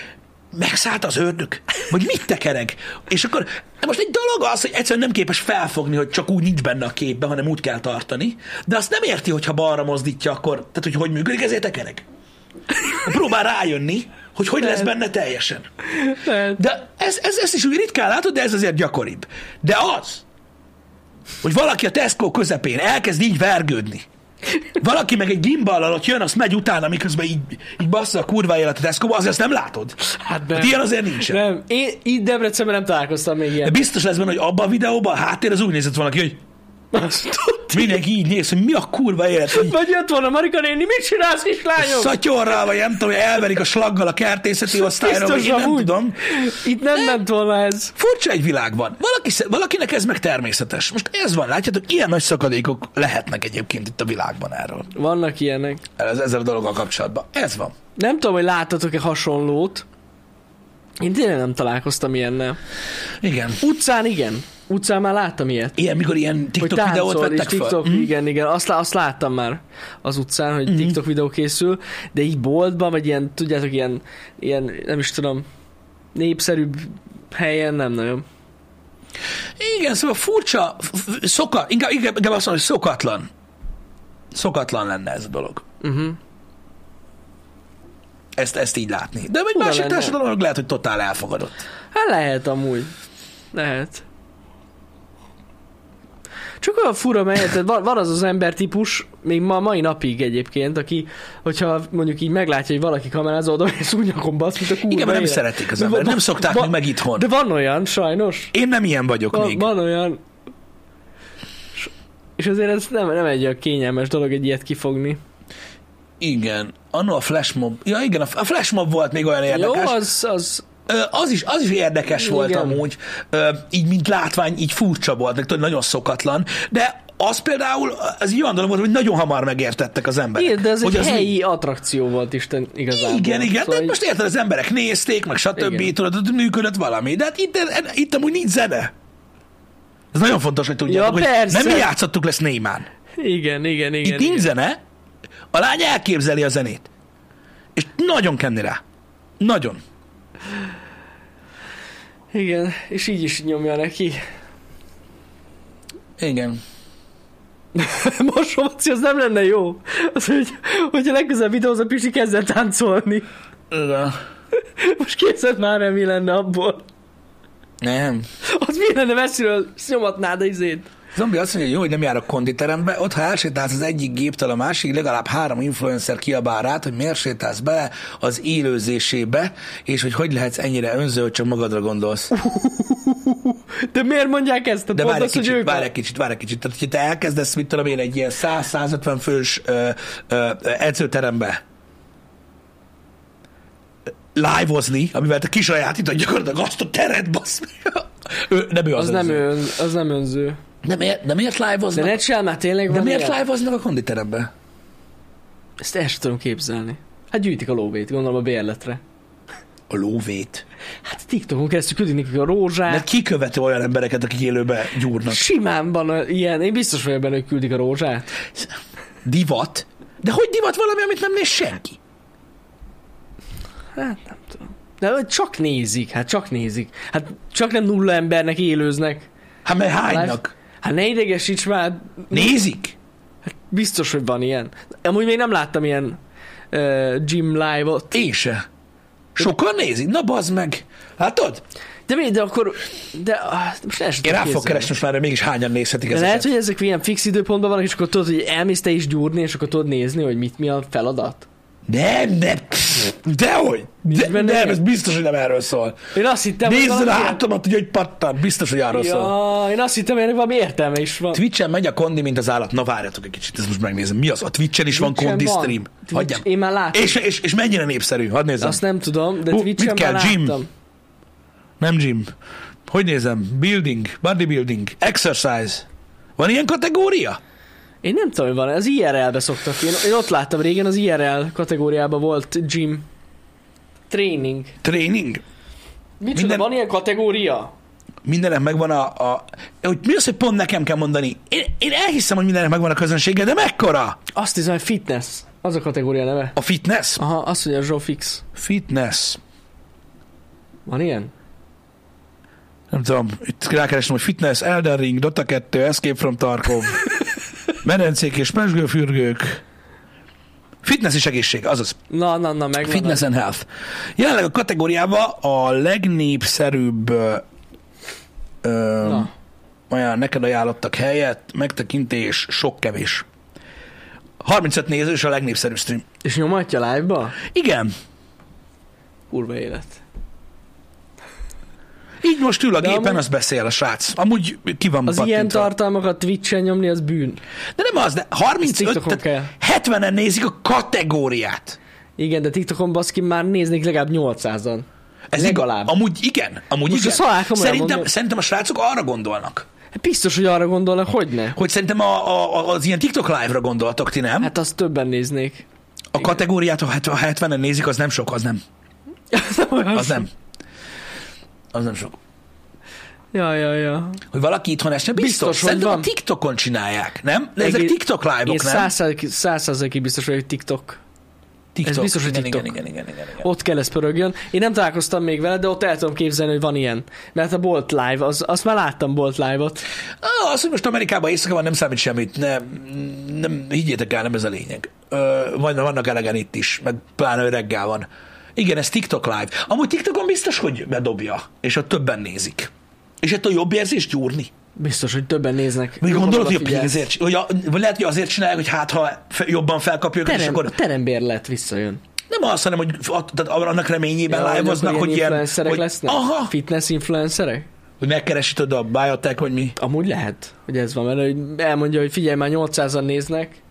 [SPEAKER 1] megszállt az ördög, vagy mit tekereg. És akkor de most egy dolog az, hogy egyszerűen nem képes felfogni, hogy csak úgy nincs benne a képbe, hanem úgy kell tartani, de azt nem érti, hogyha balra mozdítja, akkor, tehát hogy hogy működik, ezért tekereg. Próbál rájönni, hogy hogy lesz benne teljesen.
[SPEAKER 2] Lehet.
[SPEAKER 1] De ez, ez, ez is úgy ritkán látod, de ez azért gyakoribb. De az, hogy valaki a Tesco közepén elkezd így vergődni, valaki meg egy gimballal ott jön, azt megy utána, miközben így, így bassza a kurva élet a tesco azért azt nem látod.
[SPEAKER 2] Hát nem.
[SPEAKER 1] Hát ilyen azért nincsen.
[SPEAKER 2] Nem, én itt Debrecenben nem találkoztam még
[SPEAKER 1] De
[SPEAKER 2] ilyen.
[SPEAKER 1] biztos lesz benne, hogy abban a videóban a háttér az úgy nézett volna ki, hogy mindenki így néz, hogy mi a kurva élet, hogy
[SPEAKER 2] Vagy jött volna Marika néni, mit csinálsz kislányom?
[SPEAKER 1] szatyorral, vagy nem tudom, elverik a slaggal a kertészeti osztályra, vagy én nem
[SPEAKER 2] amúgy.
[SPEAKER 1] tudom.
[SPEAKER 2] Itt nem ment volna ez.
[SPEAKER 1] Furcsa egy világ van. Valaki, sze- valakinek ez meg természetes. Most ez van, látjátok, ilyen nagy szakadékok lehetnek egyébként itt a világban erről.
[SPEAKER 2] Vannak ilyenek.
[SPEAKER 1] Ez, ezzel a dologgal kapcsolatban. Ez van.
[SPEAKER 2] Nem tudom, hogy láttatok-e hasonlót. Én tényleg nem találkoztam ilyennel.
[SPEAKER 1] Igen.
[SPEAKER 2] Utcán igen. Utcán már láttam ilyet.
[SPEAKER 1] Ilyen, mikor ilyen
[SPEAKER 2] Hogy
[SPEAKER 1] TikTok videót
[SPEAKER 2] táncol, és
[SPEAKER 1] vettek
[SPEAKER 2] TikTok,
[SPEAKER 1] föl. Mhm.
[SPEAKER 2] mm. igen, igen, azt, lá- azt láttam már az utcán, hogy mm. TikTok videó készül, de így boltban, vagy ilyen, tudjátok, ilyen, ilyen nem is tudom, népszerűbb helyen nem nagyon.
[SPEAKER 1] Igen, szóval furcsa, f- f- szoka, inkább, inkább inkább azt mondom, hogy szokatlan Szokatlan lenne ez a dolog.
[SPEAKER 2] Uh-huh.
[SPEAKER 1] Ezt, ezt így látni. De egy
[SPEAKER 2] Fura
[SPEAKER 1] másik
[SPEAKER 2] lenne.
[SPEAKER 1] társadalomnak lehet, hogy totál elfogadott.
[SPEAKER 2] Hát lehet amúgy. Lehet. Csak olyan fura, mert érted, van, van az az embertípus, még ma mai napig egyébként, aki, hogyha mondjuk így meglátja, hogy valaki kamerázódon, és úgy nyakon basz, mint a kurva
[SPEAKER 1] Igen, mert nem
[SPEAKER 2] élet.
[SPEAKER 1] szeretik az
[SPEAKER 2] De
[SPEAKER 1] embert.
[SPEAKER 2] va-
[SPEAKER 1] Nem szokták
[SPEAKER 2] va-
[SPEAKER 1] még meg itthon.
[SPEAKER 2] De van olyan, sajnos.
[SPEAKER 1] Én nem ilyen vagyok
[SPEAKER 2] Van,
[SPEAKER 1] még.
[SPEAKER 2] van olyan. S- És azért ez nem, nem egy olyan kényelmes dolog egy ilyet kifogni.
[SPEAKER 1] Igen. Annó a flashmob. Ja igen, a a flashmob volt még olyan érdekes.
[SPEAKER 2] Jó, az, az,
[SPEAKER 1] Ö, az is, az is érdekes Igen. volt
[SPEAKER 2] Igen.
[SPEAKER 1] amúgy, Ö, így mint látvány, így furcsa volt, meg tudod, nagyon szokatlan, de az például, az egy olyan dolog volt, hogy nagyon hamar megértettek az emberek.
[SPEAKER 2] Igen, de ez
[SPEAKER 1] hogy
[SPEAKER 2] egy helyi
[SPEAKER 1] mi-
[SPEAKER 2] attrakció volt Isten igazából.
[SPEAKER 1] Igen, igen,
[SPEAKER 2] szóval
[SPEAKER 1] de most érted, az emberek nézték, meg stb.
[SPEAKER 2] Igen.
[SPEAKER 1] Tudod, hogy működött valami. De hát itt, itt amúgy nincs zene. Ez nagyon fontos, hogy tudjátok,
[SPEAKER 2] Ja,
[SPEAKER 1] hogy
[SPEAKER 2] persze.
[SPEAKER 1] nem mi játszottuk lesz Némán.
[SPEAKER 2] igen, igen, igen.
[SPEAKER 1] Itt
[SPEAKER 2] igen.
[SPEAKER 1] nincs zene, a lány elképzeli a zenét. És nagyon kenni rá. Nagyon.
[SPEAKER 2] igen, és így is nyomja neki.
[SPEAKER 1] Igen.
[SPEAKER 2] Mosomaci, az nem lenne jó. Az, hogy, hogyha legközelebb videóz a Pisi kezdett táncolni.
[SPEAKER 1] Igen.
[SPEAKER 2] Most képzeld már el, mi lenne abból.
[SPEAKER 1] Nem.
[SPEAKER 2] Az mi lenne messziről, Azt nyomatnád a izét.
[SPEAKER 1] Zombi azt mondja, hogy jó, hogy nem járok konditerembe, ott ha elsétálsz az egyik géptől a másik, legalább három influencer kiabál rád, hogy miért sétálsz bele az élőzésébe, és hogy hogy lehetsz ennyire önző, hogy csak magadra gondolsz.
[SPEAKER 2] De miért mondják ezt? Tehát
[SPEAKER 1] De
[SPEAKER 2] pont
[SPEAKER 1] várj egy
[SPEAKER 2] az, hogy
[SPEAKER 1] kicsit,
[SPEAKER 2] ők a-
[SPEAKER 1] várj egy kicsit, várj egy kicsit. Tehát, hogyha te elkezdesz, mit tudom én, egy ilyen 100-150 fős ö, ö, ö, edzőterembe live-ozni, amivel te kisajátítod gyakorlatilag azt a teret, basz meg. Ő, nem ő az,
[SPEAKER 2] Az nem,
[SPEAKER 1] edző.
[SPEAKER 2] ön, az nem önző.
[SPEAKER 1] Nem, ér, nem ért
[SPEAKER 2] De
[SPEAKER 1] live-oznak?
[SPEAKER 2] ne csinál már tényleg
[SPEAKER 1] de
[SPEAKER 2] van
[SPEAKER 1] miért
[SPEAKER 2] ilyen?
[SPEAKER 1] live-oznak a konditerembe?
[SPEAKER 2] Ezt el sem tudom képzelni. Hát gyűjtik a lóvét, gondolom a bérletre.
[SPEAKER 1] A lóvét.
[SPEAKER 2] Hát TikTokon keresztül küldik nekik a rózsát.
[SPEAKER 1] Mert ki követi olyan embereket, akik élőbe gyúrnak?
[SPEAKER 2] Simán van olyan- ilyen, én biztos vagyok benne, hogy küldik a rózsát.
[SPEAKER 1] Divat? De hogy divat valami, amit nem néz senki?
[SPEAKER 2] Hát nem tudom. De hogy csak nézik, hát csak nézik. Hát csak nem nulla embernek élőznek.
[SPEAKER 1] Hát mert hánynak?
[SPEAKER 2] Hát ne idegesíts már,
[SPEAKER 1] Nézik?
[SPEAKER 2] biztos, hogy van ilyen. Amúgy még nem láttam ilyen uh, gym live-ot.
[SPEAKER 1] Én se. Sokan nézik? Na bazd meg! Látod?
[SPEAKER 2] De mi, de akkor, de ah, most el sem
[SPEAKER 1] Én
[SPEAKER 2] tudom
[SPEAKER 1] rá fogok
[SPEAKER 2] képzelni.
[SPEAKER 1] keresni most már, hogy mégis hányan nézhetik
[SPEAKER 2] De
[SPEAKER 1] ezeket.
[SPEAKER 2] lehet, hogy ezek ilyen fix időpontban vannak, és akkor tudod, hogy elmész te is gyúrni, és akkor tudod nézni, hogy mit mi a feladat.
[SPEAKER 1] Nem, nem, pff, dehogy! De,
[SPEAKER 2] benne
[SPEAKER 1] nem,
[SPEAKER 2] ilyen?
[SPEAKER 1] ez biztos, hogy nem erről szól.
[SPEAKER 2] Én azt hittem,
[SPEAKER 1] Nézd a
[SPEAKER 2] valami-
[SPEAKER 1] hátamat, ugye, hogy pattan, biztos, hogy arról szól.
[SPEAKER 2] Ja, én azt hittem, hogy ennek valami értelme is van.
[SPEAKER 1] Twitchen megy a kondi, mint az állat. Na várjatok egy kicsit, ezt most megnézem. Mi az? A Twitchen is van
[SPEAKER 2] Twitchen
[SPEAKER 1] kondi
[SPEAKER 2] van.
[SPEAKER 1] stream.
[SPEAKER 2] Twitch-
[SPEAKER 1] Hagyjam.
[SPEAKER 2] Én már láttam.
[SPEAKER 1] És, és, és mennyire népszerű? Hadd nézzem.
[SPEAKER 2] Azt nem tudom, de
[SPEAKER 1] Hú,
[SPEAKER 2] Twitch-en
[SPEAKER 1] mit
[SPEAKER 2] már
[SPEAKER 1] kell, gym?
[SPEAKER 2] láttam.
[SPEAKER 1] Nem gym. Hogy nézem? Building, bodybuilding, exercise. Van ilyen kategória?
[SPEAKER 2] Én nem tudom, hogy van. Az IRL-be szoktak. Én, én ott láttam régen, az IRL kategóriában volt gym. Training.
[SPEAKER 1] Training?
[SPEAKER 2] Micsoda,
[SPEAKER 1] Minden-
[SPEAKER 2] Minden... van ilyen kategória?
[SPEAKER 1] Mindennek megvan a, a... Hogy mi az, hogy pont nekem kell mondani? Én, én elhiszem, hogy mindennek megvan a közönsége, de mekkora?
[SPEAKER 2] Azt hiszem, hogy fitness. Az a kategória neve.
[SPEAKER 1] A fitness?
[SPEAKER 2] Aha, azt mondja Zsófix.
[SPEAKER 1] Fitness.
[SPEAKER 2] Van ilyen?
[SPEAKER 1] Nem tudom, itt rákeresem, hogy fitness, Elden Ring, Dota 2, Escape from Tarkov, medencék és pesgőfürgők. Fitness és egészség, azaz.
[SPEAKER 2] Na, na, na, megvan.
[SPEAKER 1] Fitness and Health. Jelenleg a kategóriában a legnépszerűbb ö, ö,
[SPEAKER 2] Na.
[SPEAKER 1] olyan neked ajánlottak helyet, megtekintés, sok kevés. 35 néző és a legnépszerűbb stream.
[SPEAKER 2] És nyomatja live-ba?
[SPEAKER 1] Igen,
[SPEAKER 2] Kurva élet.
[SPEAKER 1] így most ül a
[SPEAKER 2] De
[SPEAKER 1] gépen,
[SPEAKER 2] amúgy-
[SPEAKER 1] az beszél a srác. Amúgy ki van
[SPEAKER 2] Az ilyen
[SPEAKER 1] pattintva.
[SPEAKER 2] tartalmakat Twitch-en nyomni, az bűn.
[SPEAKER 1] De nem az, de 35,
[SPEAKER 2] TikTokon
[SPEAKER 1] tehát 70-en nézik a kategóriát.
[SPEAKER 2] Igen, de TikTokon baszki már néznék legalább 800-an.
[SPEAKER 1] Ez
[SPEAKER 2] Legalább.
[SPEAKER 1] Igaz. Amúgy igen, amúgy
[SPEAKER 2] Most a
[SPEAKER 1] igen.
[SPEAKER 2] szalák komolyan
[SPEAKER 1] szerintem,
[SPEAKER 2] mondom.
[SPEAKER 1] szerintem a srácok arra gondolnak,
[SPEAKER 2] Hát Biztos, hogy arra gondolnak, hogy ne.
[SPEAKER 1] hogy szerintem a, a, a- az ilyen TikTok live-ra gondoltak, ti nem?
[SPEAKER 2] Hát azt többen néznék.
[SPEAKER 1] A kategóriát, ha het- ha 70-en nézik, az nem sok, az nem.
[SPEAKER 2] Az nem olyan
[SPEAKER 1] Az nem. Az nem sok.
[SPEAKER 2] Ja, ja, ja.
[SPEAKER 1] Hogy valaki itthon este, biztos,
[SPEAKER 2] Biztos,
[SPEAKER 1] biztos
[SPEAKER 2] hogy
[SPEAKER 1] szerintem a
[SPEAKER 2] van.
[SPEAKER 1] TikTokon csinálják, nem? De ezek
[SPEAKER 2] Egész-
[SPEAKER 1] TikTok live-ok,
[SPEAKER 2] Én
[SPEAKER 1] nem?
[SPEAKER 2] száz százalékig biztos vagyok, hogy TikTok.
[SPEAKER 1] TikTok.
[SPEAKER 2] Ez biztos, hogy
[SPEAKER 1] igen,
[SPEAKER 2] TikTok.
[SPEAKER 1] Igen, igen, igen, igen, igen.
[SPEAKER 2] Ott kell ez pörögjön. Én nem találkoztam még vele, de ott el tudom képzelni, hogy van ilyen. Mert hát a Bolt Live, az, azt már láttam Bolt Live-ot.
[SPEAKER 1] Ah, az, hogy most Amerikában éjszaka van, nem számít semmit. Ne, nem, higgyétek el, nem ez a lényeg. Ö, van- vannak elegen itt is, meg pláne hogy reggel van. Igen, ez TikTok live. Amúgy TikTokon biztos, hogy bedobja, és ott többen nézik. És ettől jobb érzés gyúrni.
[SPEAKER 2] Biztos, hogy többen néznek.
[SPEAKER 1] Még
[SPEAKER 2] Jobban
[SPEAKER 1] gondolod, hogy a
[SPEAKER 2] odafigyelsz.
[SPEAKER 1] pénzért, hogy a, vagy lehet, hogy azért csinálják, hogy hát ha fe, jobban felkapja őket, és
[SPEAKER 2] Terem,
[SPEAKER 1] akkor
[SPEAKER 2] A terembérlet visszajön.
[SPEAKER 1] nem az, hanem hogy att- tehát annak reményében ja, live-oznak, hogy ilyen,
[SPEAKER 2] influencerek
[SPEAKER 1] hogy,
[SPEAKER 2] lesznek?
[SPEAKER 1] aha,
[SPEAKER 2] Fitness influencerek?
[SPEAKER 1] hogy megkeresíted a biotech, hogy mi.
[SPEAKER 2] Amúgy lehet, hogy ez van, mert hogy elmondja, hogy figyelj, már 800-an néznek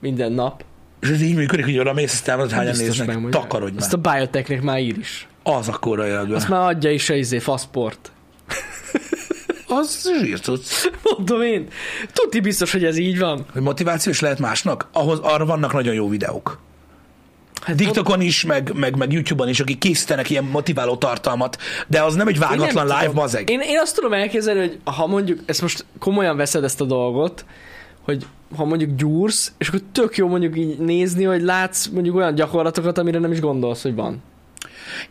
[SPEAKER 2] minden nap.
[SPEAKER 1] És ez így működik, hogy oda mész, aztán az hányan néznek.
[SPEAKER 2] megmondja.
[SPEAKER 1] Takarodj már.
[SPEAKER 2] Ezt a biotechnek már ír is.
[SPEAKER 1] Az akkor a jelenben.
[SPEAKER 2] Azt már adja is a izé, faszport.
[SPEAKER 1] Az zsírcuc.
[SPEAKER 2] Mondom én. Tuti biztos, hogy ez így van.
[SPEAKER 1] Hogy motivációs lehet másnak? Ahhoz arra vannak nagyon jó videók.
[SPEAKER 2] Hát
[SPEAKER 1] TikTokon is, meg, meg, meg YouTube-on is, akik készítenek ilyen motiváló tartalmat, de az nem egy vágatlan
[SPEAKER 2] Én nem
[SPEAKER 1] live
[SPEAKER 2] tudom.
[SPEAKER 1] bazeg.
[SPEAKER 2] Én, én azt tudom elképzelni, hogy ha mondjuk, ezt most komolyan veszed ezt a dolgot, hogy ha mondjuk gyúrsz, és akkor tök jó mondjuk így nézni, hogy látsz mondjuk olyan gyakorlatokat, amire nem is gondolsz, hogy van.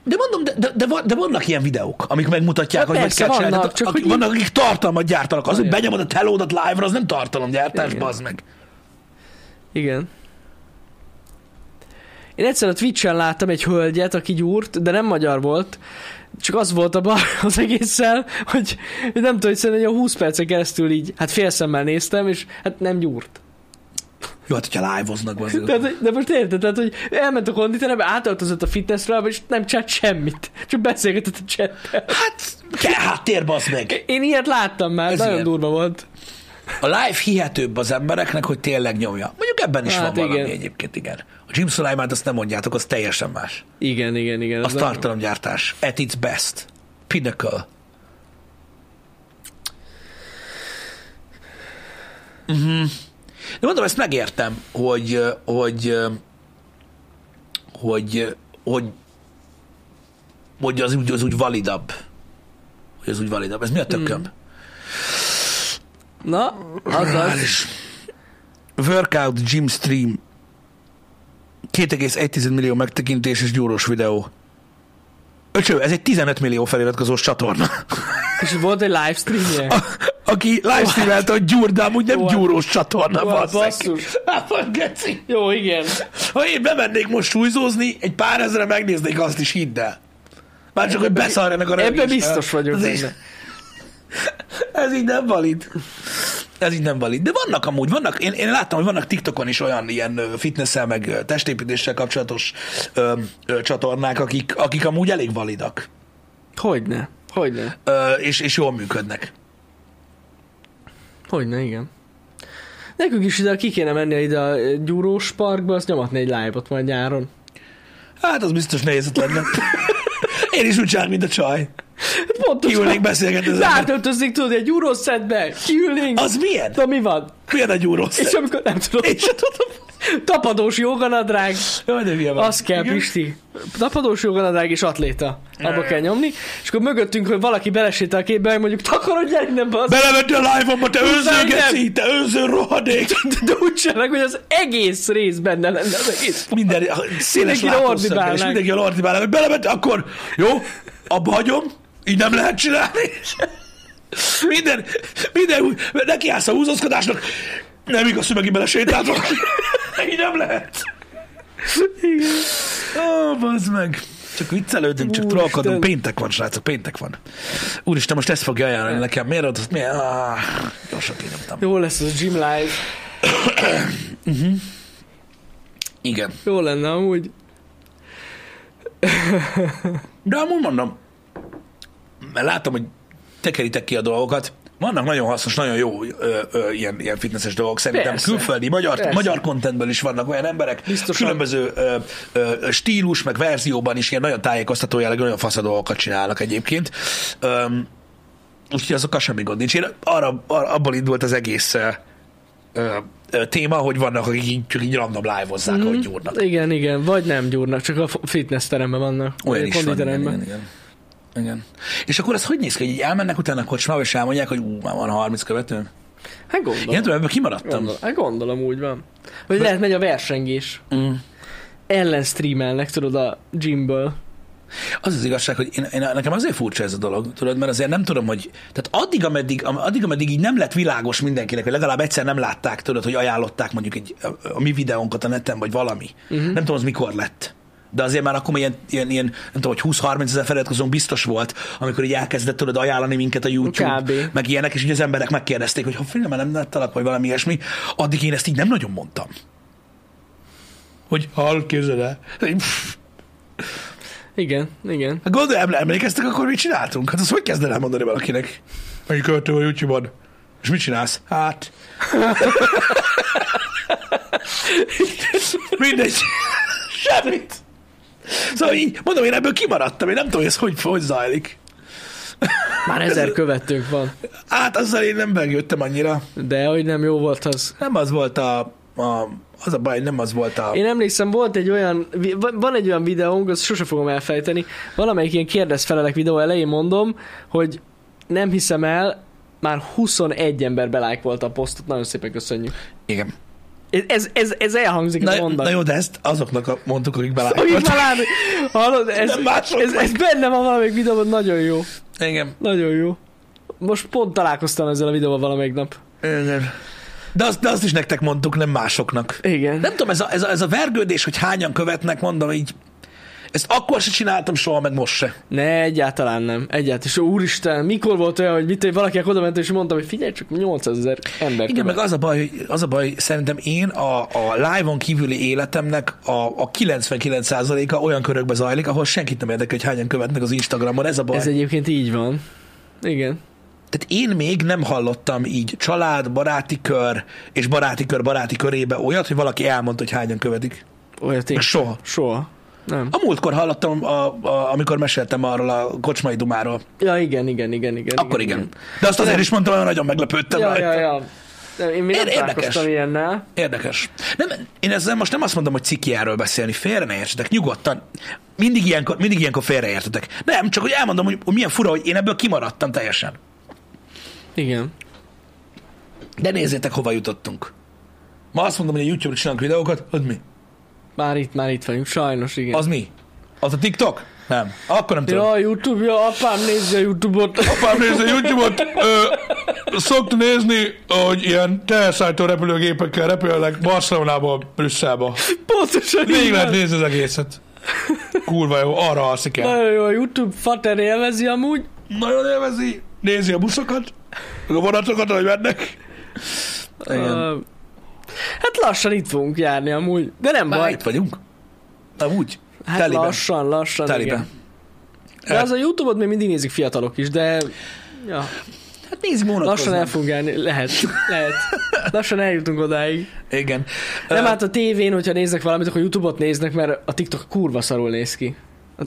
[SPEAKER 1] De mondom, de, de, de, van- de vannak ilyen videók, amik megmutatják,
[SPEAKER 2] Hát
[SPEAKER 1] hogy
[SPEAKER 2] persze,
[SPEAKER 1] mit kell csinálni.
[SPEAKER 2] vannak,
[SPEAKER 1] Tehát
[SPEAKER 2] csak
[SPEAKER 1] akik,
[SPEAKER 2] hogy-
[SPEAKER 1] vannak, akik tartalmat gyártanak. Az, hogy
[SPEAKER 2] Nagyon.
[SPEAKER 1] benyomod a telódat live-ra, az nem tartalomgyártás,
[SPEAKER 2] Igen.
[SPEAKER 1] bazd meg.
[SPEAKER 2] Igen. Én egyszer a Twitch-en láttam egy hölgyet, aki gyúrt, de nem magyar volt, csak az volt a baj az egésszel, hogy hogy nem tudom, hogy szerintem egy 20 percen keresztül így, hát félszemmel néztem, és hát nem gyúrt.
[SPEAKER 1] Jó, hát, hogyha live-oznak, bazd meg.
[SPEAKER 2] Tehát, hogy- de most érted, tehát, hogy elment a konditerembe, átartozott a fitnessre, és nem csinált semmit. Csak beszélgetett a csettel.
[SPEAKER 1] Hát, kell háttér, bazd meg.
[SPEAKER 2] Én ilyet láttam már,
[SPEAKER 1] Ez
[SPEAKER 2] Ez nagyon
[SPEAKER 1] ilyen.
[SPEAKER 2] ilyen. durva volt.
[SPEAKER 1] A live hihetőbb az embereknek, hogy tényleg nyomja. Mondjuk ebben is
[SPEAKER 2] Hát
[SPEAKER 1] van valami
[SPEAKER 2] igen.
[SPEAKER 1] egyébként, igen. A Jim Sulaiman-t azt nem mondjátok, az teljesen más.
[SPEAKER 2] Igen, igen, igen.
[SPEAKER 1] Az
[SPEAKER 2] ez nagyon-
[SPEAKER 1] tartalomgyártás. At its best. Pinnacle. Uh-huh. De mondom, ezt megértem, hogy, hogy, hogy, hogy, hogy az, úgy, az úgy validabb. Hogy az úgy validabb. Ez mi a tököm? Mm.
[SPEAKER 2] Na, az az.
[SPEAKER 1] Reális. Workout Gym Stream. 2,1 millió megtekintés és gyúrós videó. Öcső, ez egy 15 millió feliratkozós csatorna.
[SPEAKER 2] És volt egy livestreamje.
[SPEAKER 1] A, aki livestreamelte, hogy gyúr, de amúgy nem
[SPEAKER 2] What?
[SPEAKER 1] gyúrós csatorna,
[SPEAKER 2] What,
[SPEAKER 1] basszeg.
[SPEAKER 2] hát- basszus.
[SPEAKER 1] Hát, van, geci.
[SPEAKER 2] Jó, igen.
[SPEAKER 1] Ha én bemennék most súlyzózni, egy pár ezre megnéznék azt is, hidd el. Már csak, hogy beszarjanak a
[SPEAKER 2] Ebben
[SPEAKER 1] rögésre.
[SPEAKER 2] biztos vagyok
[SPEAKER 1] Az is-
[SPEAKER 2] benne.
[SPEAKER 1] Ez így nem valid. Ez így nem valid. De vannak amúgy, vannak, én, én láttam, hogy vannak TikTokon is olyan ilyen ö, fitnessel, meg ö, testépítéssel kapcsolatos ö, ö, csatornák, akik, akik amúgy elég validak,
[SPEAKER 2] Hogyne, hogyne,
[SPEAKER 1] ö, és, és jól működnek.
[SPEAKER 2] hogyne, igen. Nekünk is ide ki kéne menni ide a ö, gyúrós parkba, azt nyomatni egy live-ot majd nyáron.
[SPEAKER 1] Hát az biztos nehéz lenne. Én is úgy csinálok, mint a csaj. Kiülnék
[SPEAKER 2] Pontosan.
[SPEAKER 1] beszélgetni az ember.
[SPEAKER 2] Rátöltöznénk, tudod, egy gyúrós szedbe, kiülnénk.
[SPEAKER 1] Az milyen?
[SPEAKER 2] Na mi van?
[SPEAKER 1] Milyen a gyúrós?
[SPEAKER 2] És amikor nem tudom,
[SPEAKER 1] Én sem tudom.
[SPEAKER 2] tapadós joganadrág,
[SPEAKER 1] Jaj, de milyen van.
[SPEAKER 2] az kell,
[SPEAKER 1] Igen.
[SPEAKER 2] Pisti. Tapadós joganadrág és atléta. Abba kell nyomni. És akkor mögöttünk, hogy valaki belesétál a képbe, mondjuk takarodjál innen, bazd.
[SPEAKER 1] Belevettél a live-omba, te önző
[SPEAKER 2] nem.
[SPEAKER 1] geci, te önző rohadék.
[SPEAKER 2] De úgy csinálnak, hogy az egész rész benne lenne az egész.
[SPEAKER 1] minden a széles
[SPEAKER 2] Mindenkire
[SPEAKER 1] látószöggel, és
[SPEAKER 2] ordibálnánk.
[SPEAKER 1] mindenki jól ordibálnak, hogy belemet, akkor jó, abba hagyom, így nem lehet csinálni. Minden, minden úgy, mert neki állsz a húzózkodásnak, nem igaz, hogy megint belesétáltok. így nem lehet. Ó, bazd meg. Csak viccelődünk, csak
[SPEAKER 2] Úristen.
[SPEAKER 1] trollkodunk. Péntek van, srácok, péntek van. Úristen, most ezt fogja ajánlani nekem. Miért adott? Miért? Ah, gyorsan kinyomtam.
[SPEAKER 2] Jó lesz az a gym live.
[SPEAKER 1] Igen.
[SPEAKER 2] Jó lenne amúgy.
[SPEAKER 1] De amúgy mondom, mert látom, hogy tekeritek ki a dolgokat, vannak nagyon hasznos, nagyon jó ö, ö, ilyen, ilyen fitnesses dolgok. Szerintem
[SPEAKER 2] Persze.
[SPEAKER 1] külföldi, magyar,
[SPEAKER 2] Persze.
[SPEAKER 1] magyar contentből is vannak olyan emberek,
[SPEAKER 2] Biztosan.
[SPEAKER 1] különböző ö, ö, stílus, meg verzióban is ilyen nagyon tájékoztató jellegű, nagyon fasz a dolgokat csinálnak egyébként. Öm, Úgyhogy azokkal semmi gond nincs. Én arra, arra, abból indult az egész ö, ö, ö, téma, hogy vannak, akik így, csak így random live-ozzák, mm-hmm.
[SPEAKER 2] Mhm.
[SPEAKER 1] ahogy gyúrnak.
[SPEAKER 2] Hát Igen, igen, vagy nem gyúrnak, csak a f- fitness teremben vannak.
[SPEAKER 1] Olyan
[SPEAKER 2] vagy a
[SPEAKER 1] is van, igen,
[SPEAKER 2] konditeremben.
[SPEAKER 1] igen, igen. igen. És akkor ez hogy néz ki, hogy így elmennek utána a kocsmába, és elmondják, hogy ú, már van 30 követő?
[SPEAKER 2] Hát gondolom.
[SPEAKER 1] Én tudom, ebből kimaradtam.
[SPEAKER 2] gondolom. Hát gondolom, úgy van. Hogy lehet megy a versengés.
[SPEAKER 1] Mm.
[SPEAKER 2] ellenstreamelnek, tudod, a gymből.
[SPEAKER 1] Az az igazság, hogy én, én, nekem azért furcsa ez a dolog, tudod, mert azért nem tudom, hogy... Tehát addig ameddig, am- addig, ameddig így nem lett világos mindenkinek, hogy legalább egyszer nem látták, tudod, hogy ajánlották mondjuk egy, a, a mi videónkat a neten, vagy valami. Uh-huh. Nem tudom, az mikor lett. De azért már akkor ilyen, ilyen, ilyen nem tudom, hogy 20-30 ezer feliratkozónk biztos volt, amikor így elkezdett tudod ajánlani minket a YouTube,
[SPEAKER 2] Kb.
[SPEAKER 1] meg ilyenek, és így az emberek megkérdezték, hogy ha figyelme nem láttalak, vagy valami ilyesmi, addig én ezt így nem nagyon mondtam. Hogy hal, képzeld el. Pff,
[SPEAKER 2] Igen, igen.
[SPEAKER 1] Hát gondolj, emle- emlékeztek akkor, mit csináltunk? Hát azt hogy kezdene elmondani valakinek? Hogy követő a YouTube-on. És mit csinálsz? Hát... Mindegy. Semmit. Szóval így, mondom, én ebből kimaradtam, én nem tudom, hogy ez hogy, hogy zajlik.
[SPEAKER 2] Már ezer követőnk van.
[SPEAKER 1] Hát azzal én nem megjöttem annyira.
[SPEAKER 2] De hogy nem jó volt az.
[SPEAKER 1] Nem az volt a, a az a baj, nem az volt a...
[SPEAKER 2] Én emlékszem, volt egy olyan, vi- va- van egy olyan videónk, azt sose fogom elfejteni, valamelyik ilyen kérdezfelelek videó elején mondom, hogy nem hiszem el, már 21 ember belájkolta a posztot, nagyon szépen köszönjük.
[SPEAKER 1] Igen.
[SPEAKER 2] Ez, ez, ez elhangzik ez a
[SPEAKER 1] Na,
[SPEAKER 2] mondat.
[SPEAKER 1] na jó, de ezt azoknak a, mondtuk, akik
[SPEAKER 2] Amit
[SPEAKER 1] belájkoltak.
[SPEAKER 2] már Hallod, ez,
[SPEAKER 1] Nem másoknak.
[SPEAKER 2] ez, ez, benne van valamelyik videóban, nagyon jó.
[SPEAKER 1] Igen.
[SPEAKER 2] Nagyon jó. Most pont találkoztam ezzel a videóval valamelyik nap.
[SPEAKER 1] Igen. De azt, de azt is nektek mondtuk, nem másoknak.
[SPEAKER 2] Igen.
[SPEAKER 1] Nem tudom, ez a, ez, a, ez a vergődés, hogy hányan követnek, mondom így, ezt akkor se csináltam soha, meg most se.
[SPEAKER 2] Ne, egyáltalán nem. Egyáltalán. És úristen, mikor volt olyan, hogy mit, valakinek oda ment, és mondtam, hogy figyelj csak, 8000 ezer ember.
[SPEAKER 1] Igen,
[SPEAKER 2] követ.
[SPEAKER 1] meg az a baj, hogy- az a baj szerintem én a, a live-on kívüli életemnek a, a 99%-a olyan körökbe zajlik, ahol senkit nem érdekel, hogy hányan követnek az Instagramon, ez a baj.
[SPEAKER 2] Ez egyébként így van. Igen.
[SPEAKER 1] Tehát én még nem hallottam így család, baráti kör és baráti kör baráti körébe olyat, hogy valaki elmondta, hogy hányan követik.
[SPEAKER 2] Olyat én
[SPEAKER 1] Meg soha.
[SPEAKER 2] soha. Nem.
[SPEAKER 1] A múltkor hallottam, a, a, amikor meséltem arról a kocsmai dumáról.
[SPEAKER 2] Ja, igen, igen, igen, igen.
[SPEAKER 1] Akkor igen. De azt azért is mondtam, hogy nagyon meglepődtem
[SPEAKER 2] Ja,
[SPEAKER 1] rajta.
[SPEAKER 2] ja, ja. De Én még nem
[SPEAKER 1] Ér- érdekes.
[SPEAKER 2] találkoztam ilyennel.
[SPEAKER 1] Érdekes. Nem, én ezzel most nem azt mondom, hogy ciki erről beszélni, félre ne értsetek, nyugodtan. Mindig ilyenkor, mindig ilyenkor félreértetek. Nem, csak hogy elmondom, hogy hogy milyen fura, hogy én ebből kimaradtam teljesen.
[SPEAKER 2] Igen.
[SPEAKER 1] De nézzétek, hova jutottunk. Ma azt mondom, hogy a YouTube-ra csinálunk videókat, az mi?
[SPEAKER 2] Már itt, már itt vagyunk, sajnos, igen.
[SPEAKER 1] Az mi? Az a TikTok? Nem. Akkor nem tudom.
[SPEAKER 2] Ja, YouTube, ja, apám nézi a YouTube-ot.
[SPEAKER 1] Apám nézi a YouTube-ot, ö, szokta nézni, hogy ilyen teherszállító repülőgépekkel repülnek Barcelonából Brüsszelbe.
[SPEAKER 2] Pontosan így
[SPEAKER 1] Végig
[SPEAKER 2] van.
[SPEAKER 1] lehet nézni az egészet. Kurva jó, arra alszik el.
[SPEAKER 2] Nagyon jó, a YouTube fater élvezi amúgy.
[SPEAKER 1] Nagyon élvezi, nézi a buszokat, meg a vonatokat, ahogy mennek. Igen.
[SPEAKER 2] Ö, hát lassan itt fogunk járni amúgy, de nem
[SPEAKER 1] Már
[SPEAKER 2] baj.
[SPEAKER 1] itt vagyunk. Na úgy.
[SPEAKER 2] Hát
[SPEAKER 1] teliben.
[SPEAKER 2] lassan, lassan,
[SPEAKER 1] Teliben.
[SPEAKER 2] igen. De az a YouTube-ot még mindig nézik fiatalok is, de... Ja,
[SPEAKER 1] Hát nézzük vonatkoznak.
[SPEAKER 2] lassan el fogunk járni, lehet, lehet. Lassan eljutunk odáig.
[SPEAKER 1] Igen.
[SPEAKER 2] Nem
[SPEAKER 1] Ö,
[SPEAKER 2] hát a tévén, hogyha néznek valamit, akkor YouTube-ot néznek, mert a TikTok kurva szarul néz ki.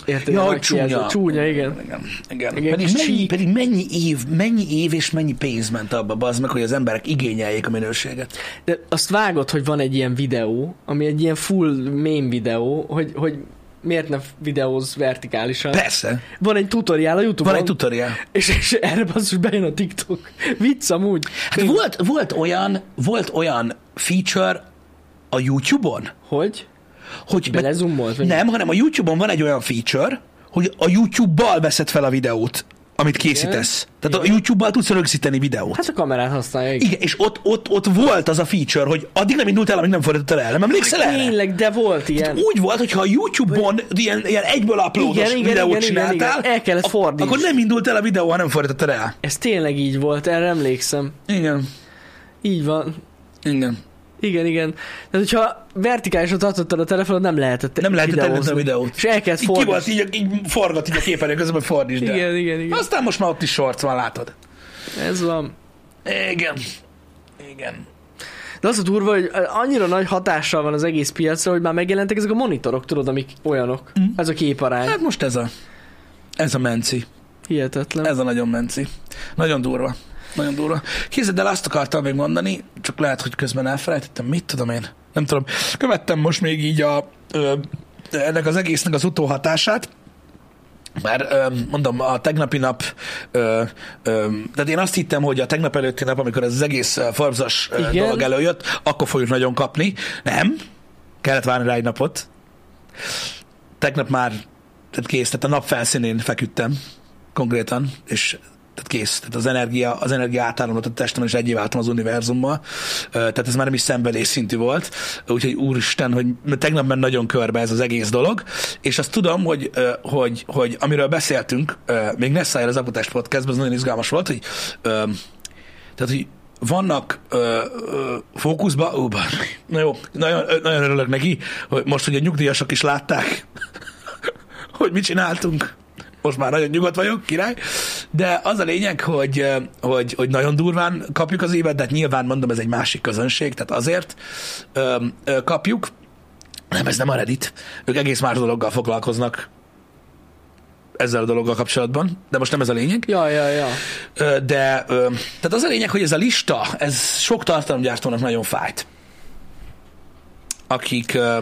[SPEAKER 2] Érted?
[SPEAKER 1] Ja,
[SPEAKER 2] Van
[SPEAKER 1] hogy
[SPEAKER 2] ki ez a
[SPEAKER 1] csúnya.
[SPEAKER 2] Csúnya, igen.
[SPEAKER 1] Igen, igen.
[SPEAKER 2] Igen,
[SPEAKER 1] igen pedig,
[SPEAKER 2] kis
[SPEAKER 1] mennyi,
[SPEAKER 2] csík.
[SPEAKER 1] pedig mennyi, év, mennyi év és mennyi pénz ment abba, bazd meg, hogy az emberek igényeljék a minőséget.
[SPEAKER 2] De azt vágod, hogy van egy ilyen videó, ami egy ilyen full meme videó, hogy, hogy miért ne videóz vertikálisan.
[SPEAKER 1] Persze,
[SPEAKER 2] Van egy tutoriál a Youtube-on.
[SPEAKER 1] van egy tutorial.
[SPEAKER 2] és, és erre basszus bejön a TikTok. Vicc amúgy.
[SPEAKER 1] Hát volt, volt, olyan, volt olyan feature a YouTube-on,
[SPEAKER 2] Hogy?
[SPEAKER 1] hogy meg-
[SPEAKER 2] Belezummolt? Vagy?
[SPEAKER 1] nem, hanem a YouTube-on van egy olyan feature, hogy a YouTube-bal veszed fel a videót, amit készítesz. Tehát a YouTube-bal tudsz rögzíteni videót.
[SPEAKER 2] Hát a kamerát használja. Igen.
[SPEAKER 1] Igen, és ott, ott, ott volt az a feature, hogy addig nem indult el, amíg nem fordítottad el. Nem emlékszel erre?
[SPEAKER 2] Tényleg, de volt ilyen.
[SPEAKER 1] Úgy volt, hogyha a YouTube-on ilyen, ilyen egyből uploados
[SPEAKER 2] Igen, igen,
[SPEAKER 1] videót
[SPEAKER 2] igen, igen,
[SPEAKER 1] csináltál,
[SPEAKER 2] igen. El kellett
[SPEAKER 1] ak-
[SPEAKER 2] fordíts.
[SPEAKER 1] akkor nem indult el a videó, hanem fordítottad el.
[SPEAKER 2] Ez tényleg így volt, erre emlékszem.
[SPEAKER 1] Igen,
[SPEAKER 2] Így van.
[SPEAKER 1] igen.
[SPEAKER 2] Igen, igen. Tehát, hogyha vertikálisan tartottad a telefonod, nem lehetett
[SPEAKER 1] Nem lehetett
[SPEAKER 2] videózni.
[SPEAKER 1] elindítani a videót.
[SPEAKER 2] És el kellett
[SPEAKER 1] Így ki
[SPEAKER 2] fordítani.
[SPEAKER 1] volt, így, így forgat így a képernyő közben, hogy fordítsd el.
[SPEAKER 2] Igen, igen, igen.
[SPEAKER 1] Aztán most már ott is sorc van, látod.
[SPEAKER 2] Ez van.
[SPEAKER 1] Igen. Igen.
[SPEAKER 2] De az a durva, hogy annyira nagy hatással van az egész piacra, hogy már megjelentek ezek a monitorok, tudod, amik olyanok. Mm. Ez a képarány.
[SPEAKER 1] Hát most ez a, ez a menci.
[SPEAKER 2] Hihetetlen.
[SPEAKER 1] Ez a nagyon menci. Nagyon durva. Nagyon durva. Képzeld el, azt akartam még mondani, csak lehet, hogy közben elfelejtettem, mit tudom én. Nem tudom. Követtem most még így a, ö, ennek az egésznek az utóhatását, már ö, mondom, a tegnapi nap, ö, ö, tehát én azt hittem, hogy a tegnap előtti nap, amikor ez az egész ö, Forbes-as ö,
[SPEAKER 2] Igen.
[SPEAKER 1] dolog előjött, akkor fogjuk nagyon kapni. Nem, kellett várni rá egy napot, Tegnap már tehát kész, tehát a nap felszínén feküdtem konkrétan, és tehát kész. Tehát az energia, az energia átáramlott a testem, és egyéb az univerzummal. Ö, Tehát ez már nem is szenvedés szintű volt. Úgyhogy úristen, hogy tegnap ment nagyon körbe ez az egész dolog. És azt tudom, hogy, ö, hogy, hogy amiről beszéltünk, ö, még Nessayer az Apotest podcastban, az nagyon izgalmas volt, hogy ö, tehát, hogy vannak ö, ö, fókuszba, ó, bármi. Na jó, nagyon, ö, nagyon örülök neki, hogy most, hogy a nyugdíjasok is látták, hogy mit csináltunk. Most már nagyon nyugodt vagyok, király. De az a lényeg, hogy, ö, hogy, hogy nagyon durván kapjuk az évet, de hát nyilván mondom, ez egy másik közönség, tehát azért ö, ö, kapjuk. Nem, ez nem a Reddit. Ők egész más dologgal foglalkoznak ezzel a dologgal kapcsolatban, de most nem ez a lényeg.
[SPEAKER 2] Ja, ja, ja.
[SPEAKER 1] Ö, de ö, tehát az a lényeg, hogy ez a lista, ez sok tartalomgyártónak nagyon fájt. Akik, ö,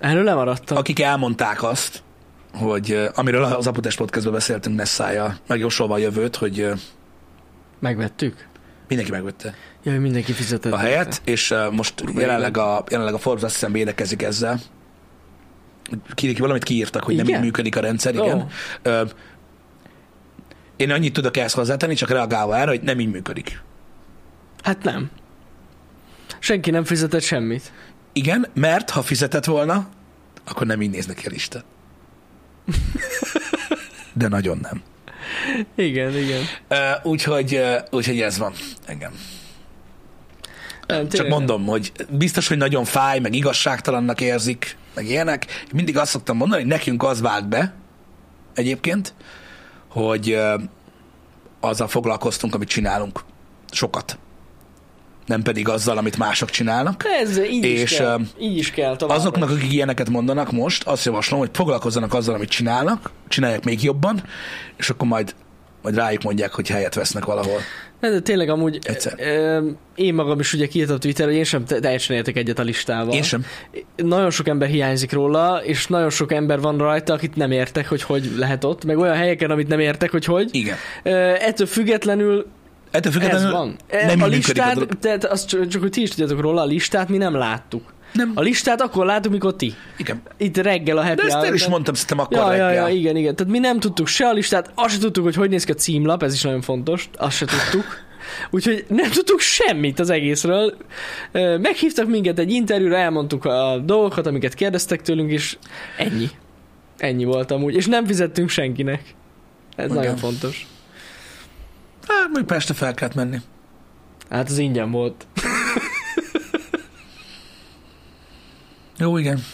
[SPEAKER 2] Erről lemaradtam.
[SPEAKER 1] akik elmondták azt, hogy ö, amiről az Apotest podcastban beszéltünk Nessája, megjósolva a jövőt, hogy ö,
[SPEAKER 2] Megvettük?
[SPEAKER 1] mindenki megvette
[SPEAKER 2] Jaj, mindenki fizetett.
[SPEAKER 1] a helyet, és ö, most jelenleg a, jelenleg a Forbes azt hiszem védekezik ezzel. Kirik, valamit kiírtak, hogy nem
[SPEAKER 2] Igen?
[SPEAKER 1] így működik a rendszer, igen.
[SPEAKER 2] Ó.
[SPEAKER 1] Ö, én annyit tudok ehhez hozzátenni, csak reagálva erre, hogy nem így működik.
[SPEAKER 2] Hát nem. Senki nem fizetett semmit.
[SPEAKER 1] Igen, mert ha fizetett volna, akkor nem így néz neki a lista. De nagyon nem.
[SPEAKER 2] Igen, igen.
[SPEAKER 1] Ö, Úgyhogy, ö, úgyhogy ez van engem.
[SPEAKER 2] Nem,
[SPEAKER 1] Csak
[SPEAKER 2] tényleg nem.
[SPEAKER 1] mondom, hogy biztos, hogy nagyon fáj, meg igazságtalannak érzik, meg ilyenek. Mindig azt szoktam mondani, hogy nekünk az vált be egyébként, hogy ö, azzal foglalkoztunk, amit csinálunk. Sokat. Nem pedig azzal, amit mások csinálnak.
[SPEAKER 2] De ez így
[SPEAKER 1] És,
[SPEAKER 2] is kell.
[SPEAKER 1] öm,
[SPEAKER 2] Így is kell tovább.
[SPEAKER 1] Azoknak, akik ilyeneket mondanak most, azt javaslom, hogy foglalkozzanak azzal, amit csinálnak, csinálják még jobban, és akkor majd, majd rájuk mondják, hogy helyet vesznek valahol.
[SPEAKER 2] De, de tényleg amúgy
[SPEAKER 1] Egyszer.
[SPEAKER 2] ö, én magam is ugye kiírtam Twitterre, hogy én sem te- teljesen értek egyet a listával.
[SPEAKER 1] Én sem.
[SPEAKER 2] Nagyon sok ember hiányzik róla, és nagyon sok ember van rajta, akit nem értek, hogy hogy lehet ott, meg olyan helyeken, amit nem értek, hogy hogy.
[SPEAKER 1] Igen.
[SPEAKER 2] Ö, ettől függetlenül
[SPEAKER 1] Ettől függetlenül
[SPEAKER 2] ez van.
[SPEAKER 1] nem
[SPEAKER 2] a
[SPEAKER 1] így működik a
[SPEAKER 2] listát,
[SPEAKER 1] dolog.
[SPEAKER 2] tehát azt csak, csak, hogy ti is tudjátok róla, a listát mi nem láttuk.
[SPEAKER 1] Nem.
[SPEAKER 2] A listát akkor láttuk, mikor ti.
[SPEAKER 1] Igen.
[SPEAKER 2] Itt reggel a happy
[SPEAKER 1] De ezt el
[SPEAKER 2] hour-ben.
[SPEAKER 1] is mondtam szerintem akkor
[SPEAKER 2] Ja, ja,
[SPEAKER 1] reggel.
[SPEAKER 2] ja, igen, igen. Tehát mi nem tudtuk se a listát, azt se tudtuk, hogy hogy néz ki a címlap, ez is nagyon fontos, azt se tudtuk. Úgyhogy nem tudtuk semmit az egészről. Ö, Meghívtak minket egy interjúra, elmondtuk a dolgokat, amiket kérdeztek tőlünk, és ennyi. Ennyi volt amúgy. És nem fizettünk senkinek. Ez
[SPEAKER 1] Igen.
[SPEAKER 2] nagyon fontos.
[SPEAKER 1] Hát, még Pestre fel kellett menni.
[SPEAKER 2] Hát az ingyen volt.
[SPEAKER 1] Jó, igen.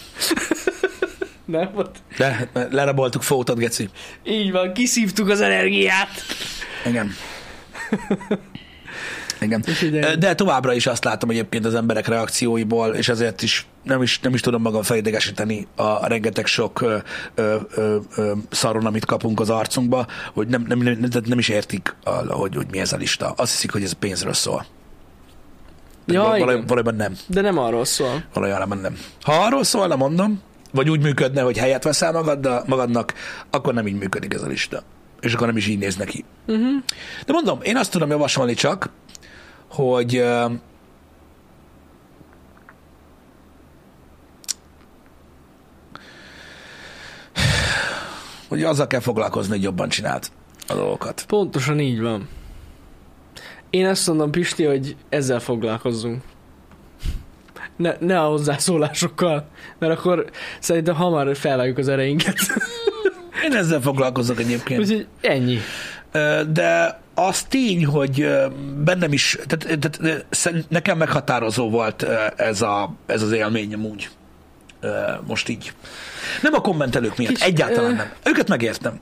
[SPEAKER 2] Nem volt?
[SPEAKER 1] De leraboltuk fótot, geci.
[SPEAKER 2] Így van, kiszívtuk az energiát.
[SPEAKER 1] Igen. Igen.
[SPEAKER 2] Úgyhogy ennyi.
[SPEAKER 1] De továbbra is azt látom egyébként az emberek reakcióiból, és ezért is nem is, nem is tudom magam felidegesíteni a rengeteg sok ö, ö, ö, ö, szaron, amit kapunk az arcunkba, hogy nem, nem, nem, tehát nem is értik, a, hogy, hogy mi ez a lista. Azt hiszik, hogy ez pénzről szól.
[SPEAKER 2] Ja,
[SPEAKER 1] Val- valójában,
[SPEAKER 2] igen.
[SPEAKER 1] valójában nem.
[SPEAKER 2] De nem arról szól.
[SPEAKER 1] Valójában nem. Ha arról szólna, mondom, vagy úgy működne, hogy helyet veszel magaddal, magadnak, akkor nem így működik ez a lista. És akkor nem is így néz neki.
[SPEAKER 2] Uh-huh.
[SPEAKER 1] De mondom, én azt tudom javasolni csak, hogy ö, hogy azzal kell foglalkozni, hogy jobban csinált a dolgokat.
[SPEAKER 2] Pontosan így van. Én azt mondom, Pisti, hogy ezzel foglalkozzunk. Ne, ne a hozzászólásokkal, mert akkor szerintem hamar felvágjuk az ereinket.
[SPEAKER 1] Én ezzel foglalkozok egyébként.
[SPEAKER 2] Úgyhogy ennyi.
[SPEAKER 1] Ö, de az tény, hogy ö, bennem is, tehát, tehát ö, szen- nekem meghatározó volt ö, ez, a, ez az élményem úgy. Ö, Most így. Nem a kommentelők miatt,
[SPEAKER 2] Kis-
[SPEAKER 1] egyáltalán
[SPEAKER 2] ö-
[SPEAKER 1] nem. Őket megértem.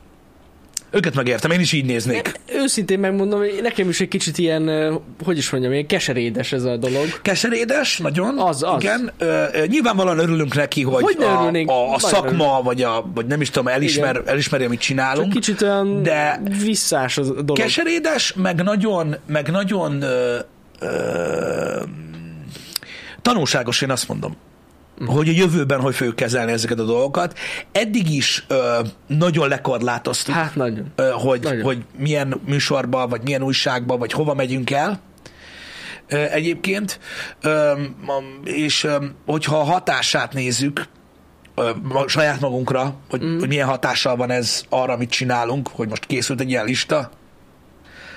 [SPEAKER 1] Őket megértem, én is így néznék.
[SPEAKER 2] Őszintén megmondom, hogy nekem is egy kicsit ilyen, ö, hogy is mondjam, ilyen keserédes ez a dolog.
[SPEAKER 1] Keserédes, nagyon.
[SPEAKER 2] Az, az.
[SPEAKER 1] Igen. Ö, ö, nyilvánvalóan örülünk neki, hogy,
[SPEAKER 2] Hogy ne
[SPEAKER 1] a,
[SPEAKER 2] örülnénk?
[SPEAKER 1] a, a
[SPEAKER 2] Nagyon
[SPEAKER 1] szakma, vagy, a, vagy nem is tudom, elismer,
[SPEAKER 2] Igen.
[SPEAKER 1] elismeri, amit
[SPEAKER 2] Csak
[SPEAKER 1] csinálunk.
[SPEAKER 2] kicsit olyan
[SPEAKER 1] De-
[SPEAKER 2] De... visszás az a dolog.
[SPEAKER 1] Keserédes, meg nagyon, meg nagyon ö, ö, tanulságos, én azt mondom,
[SPEAKER 2] Mhm.
[SPEAKER 1] hogy a jövőben hogy fogjuk kezelni ezeket a dolgokat. Eddig is ö, nagyon lekorlátoztuk,
[SPEAKER 2] Hát nagyon.
[SPEAKER 1] ö, hogy,
[SPEAKER 2] nagyon.
[SPEAKER 1] hogy milyen műsorba, vagy milyen újságba, vagy hova megyünk el ö, egyébként. Ö, m- és ö, hogyha a hatását nézzük, ö, ma- saját magunkra, hogy,
[SPEAKER 2] Mhm.
[SPEAKER 1] mm. hogy milyen hatással van ez arra, amit csinálunk, hogy most készült egy ilyen lista.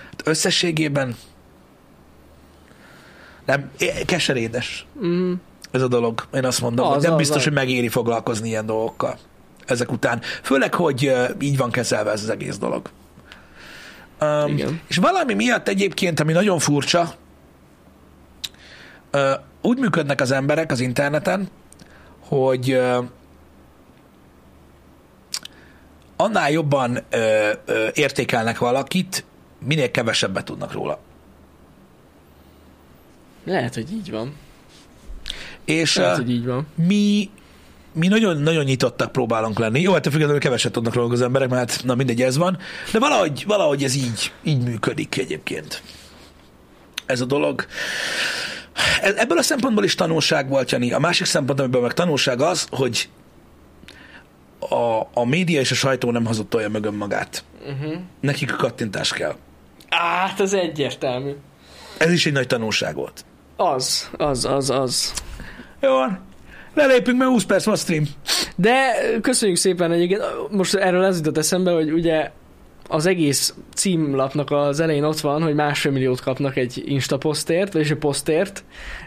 [SPEAKER 1] Hát összességében nem, é- keserédes
[SPEAKER 2] Mm.
[SPEAKER 1] ez a dolog. Én azt mondom,
[SPEAKER 2] Az,
[SPEAKER 1] hogy nem
[SPEAKER 2] az,
[SPEAKER 1] biztos,
[SPEAKER 2] az.
[SPEAKER 1] hogy megéri foglalkozni ilyen dolgokkal ezek után. Főleg, hogy ö, így van kezelve ez az egész dolog. Um,
[SPEAKER 2] Igen.
[SPEAKER 1] és valami miatt egyébként, ami nagyon furcsa, ö, úgy működnek az emberek az interneten, hogy ö, annál jobban ö, ö, értékelnek valakit, minél kevesebbet tudnak róla.
[SPEAKER 2] Lehet, hogy így van.
[SPEAKER 1] És
[SPEAKER 2] Lehet,
[SPEAKER 1] ö,
[SPEAKER 2] hogy így van.
[SPEAKER 1] mi, mi nagyon, nagyon nyitottak próbálunk lenni. Jó, hát függetlenül keveset tudnak rólunk az emberek, mert hát, na mindegy, ez van. De valahogy, valahogy ez így, így működik egyébként. Ez a dolog. E- Ebből a szempontból is tanulság volt, Jani. A másik szempont, amiből meg tanulság az, hogy a, a média és a sajtó nem hazudtolja meg önmagát.
[SPEAKER 2] Uh-huh.
[SPEAKER 1] Nekik a kattintás kell.
[SPEAKER 2] Á, hát ez egyértelmű.
[SPEAKER 1] Ez is egy nagy tanulság volt.
[SPEAKER 2] Az, az, az, az.
[SPEAKER 1] Jó van. Lelépünk, mert 20 perc van a stream.
[SPEAKER 2] De köszönjük szépen egyébként, most erről ez jutott eszembe, hogy ugye az egész címlapnak az elején ott van, hogy másfél milliót kapnak egy Insta posztért, vagyis egy posztért.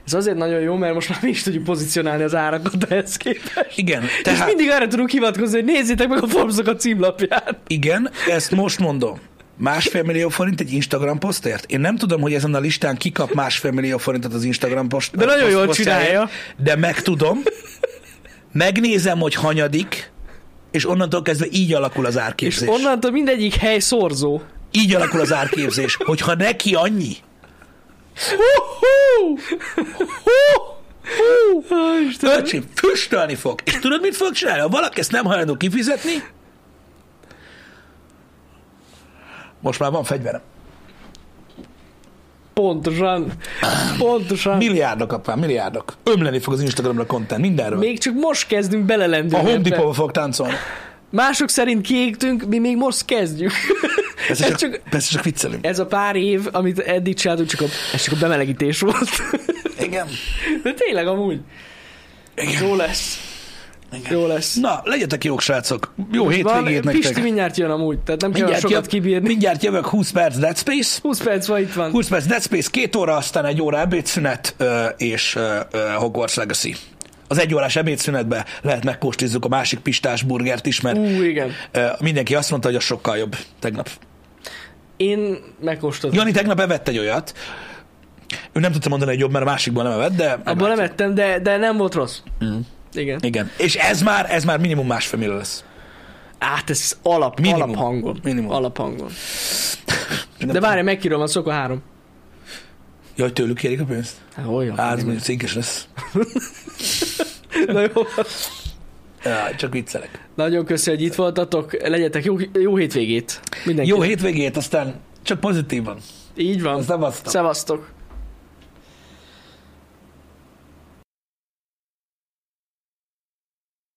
[SPEAKER 2] Ez azért nagyon jó, mert most már mi is tudjuk pozícionálni az árakat ehhez képest.
[SPEAKER 1] Igen.
[SPEAKER 2] Tehát... És mindig arra tudunk hivatkozni, hogy nézzétek meg a forbes a címlapját.
[SPEAKER 1] Igen, ezt most mondom. Másfél millió forint egy Instagram posztért? Én nem tudom, hogy ezen a listán kikap másfél millió forintot az Instagram post.
[SPEAKER 2] De nagyon
[SPEAKER 1] poszt-
[SPEAKER 2] jól
[SPEAKER 1] posztjáért,
[SPEAKER 2] csinálja.
[SPEAKER 1] De megtudom, megnézem, hogy hanyadik, és onnantól kezdve így alakul az
[SPEAKER 2] És
[SPEAKER 1] árképzés.
[SPEAKER 2] onnantól mindegyik hely szorzó.
[SPEAKER 1] Így alakul az árképzés, hogyha neki annyi,
[SPEAKER 2] Hú! Hú! Hú! Á, Istenem.
[SPEAKER 1] öcsim, füstölni fog. És tudod, mit fog csinálni? Ha valaki ezt nem hajlandó kifizetni, most már van fegyverem.
[SPEAKER 2] Pontosan. Pontosan.
[SPEAKER 1] Milliárdok, apám, milliárdok. Ömleni fog az Instagramra content, mindenről.
[SPEAKER 2] Még csak most kezdünk
[SPEAKER 1] A
[SPEAKER 2] belelendülni.
[SPEAKER 1] Home
[SPEAKER 2] ebbe.
[SPEAKER 1] Depot-ba fog táncolni.
[SPEAKER 2] Mások szerint kiégtünk, mi még most kezdjük.
[SPEAKER 1] Persze
[SPEAKER 2] Ez
[SPEAKER 1] csak,
[SPEAKER 2] csak-
[SPEAKER 1] csak... persze csak viccelünk.
[SPEAKER 2] Ez a pár év, amit eddig csináltunk, csak a, ez csak a bemelegítés volt.
[SPEAKER 1] Igen.
[SPEAKER 2] De tényleg amúgy.
[SPEAKER 1] Igen.
[SPEAKER 2] Jó lesz.
[SPEAKER 1] Igen.
[SPEAKER 2] Jó lesz.
[SPEAKER 1] Na, legyetek jók, srácok. Jó hétvégét
[SPEAKER 2] Van, Pisti
[SPEAKER 1] nektek.
[SPEAKER 2] mindjárt jön amúgy, tehát nem kell sokat
[SPEAKER 1] jövök,
[SPEAKER 2] kibírni.
[SPEAKER 1] mindjárt jövök 20 perc Dead Space.
[SPEAKER 2] 20 perc van itt van.
[SPEAKER 1] 20 perc Dead Space, két óra, aztán egy óra ebédszünet ö, és ö, ö, Hogwarts Legacy. Az egy órás ebédszünetbe lehet megkóstizzuk a másik pistás burgert is, mert
[SPEAKER 2] Ú, igen.
[SPEAKER 1] ö, mindenki azt mondta, hogy az sokkal jobb tegnap.
[SPEAKER 2] Én megkóstoltam.
[SPEAKER 1] Jani tegnap evett egy olyat. Ő nem tudta mondani, hogy jobb, mert a másikban nem Mm. evett, de...
[SPEAKER 2] Abban nem ettem, de, de nem volt rossz. Igen.
[SPEAKER 1] Igen. És ez már, ez már minimum másfél millió lesz.
[SPEAKER 2] Hát ez alap,
[SPEAKER 1] Minimum.
[SPEAKER 2] alaphangon.
[SPEAKER 1] Minimum.
[SPEAKER 2] Alaphangon.
[SPEAKER 1] Nem
[SPEAKER 2] De várj, megkírom, a szok a három.
[SPEAKER 1] Jaj, tőlük kérik a pénzt?
[SPEAKER 2] Hát, olyan.
[SPEAKER 1] Á, ez mondjuk cinkes lesz.
[SPEAKER 2] Na jó.
[SPEAKER 1] Jaj, csak viccelek.
[SPEAKER 2] Nagyon köszi, hogy itt voltatok. Legyetek jó, jó hétvégét. Mindenki.
[SPEAKER 1] Jó hétvégét, aztán csak pozitívan.
[SPEAKER 2] Így van.
[SPEAKER 1] Szevasztok.
[SPEAKER 2] Szevasztok.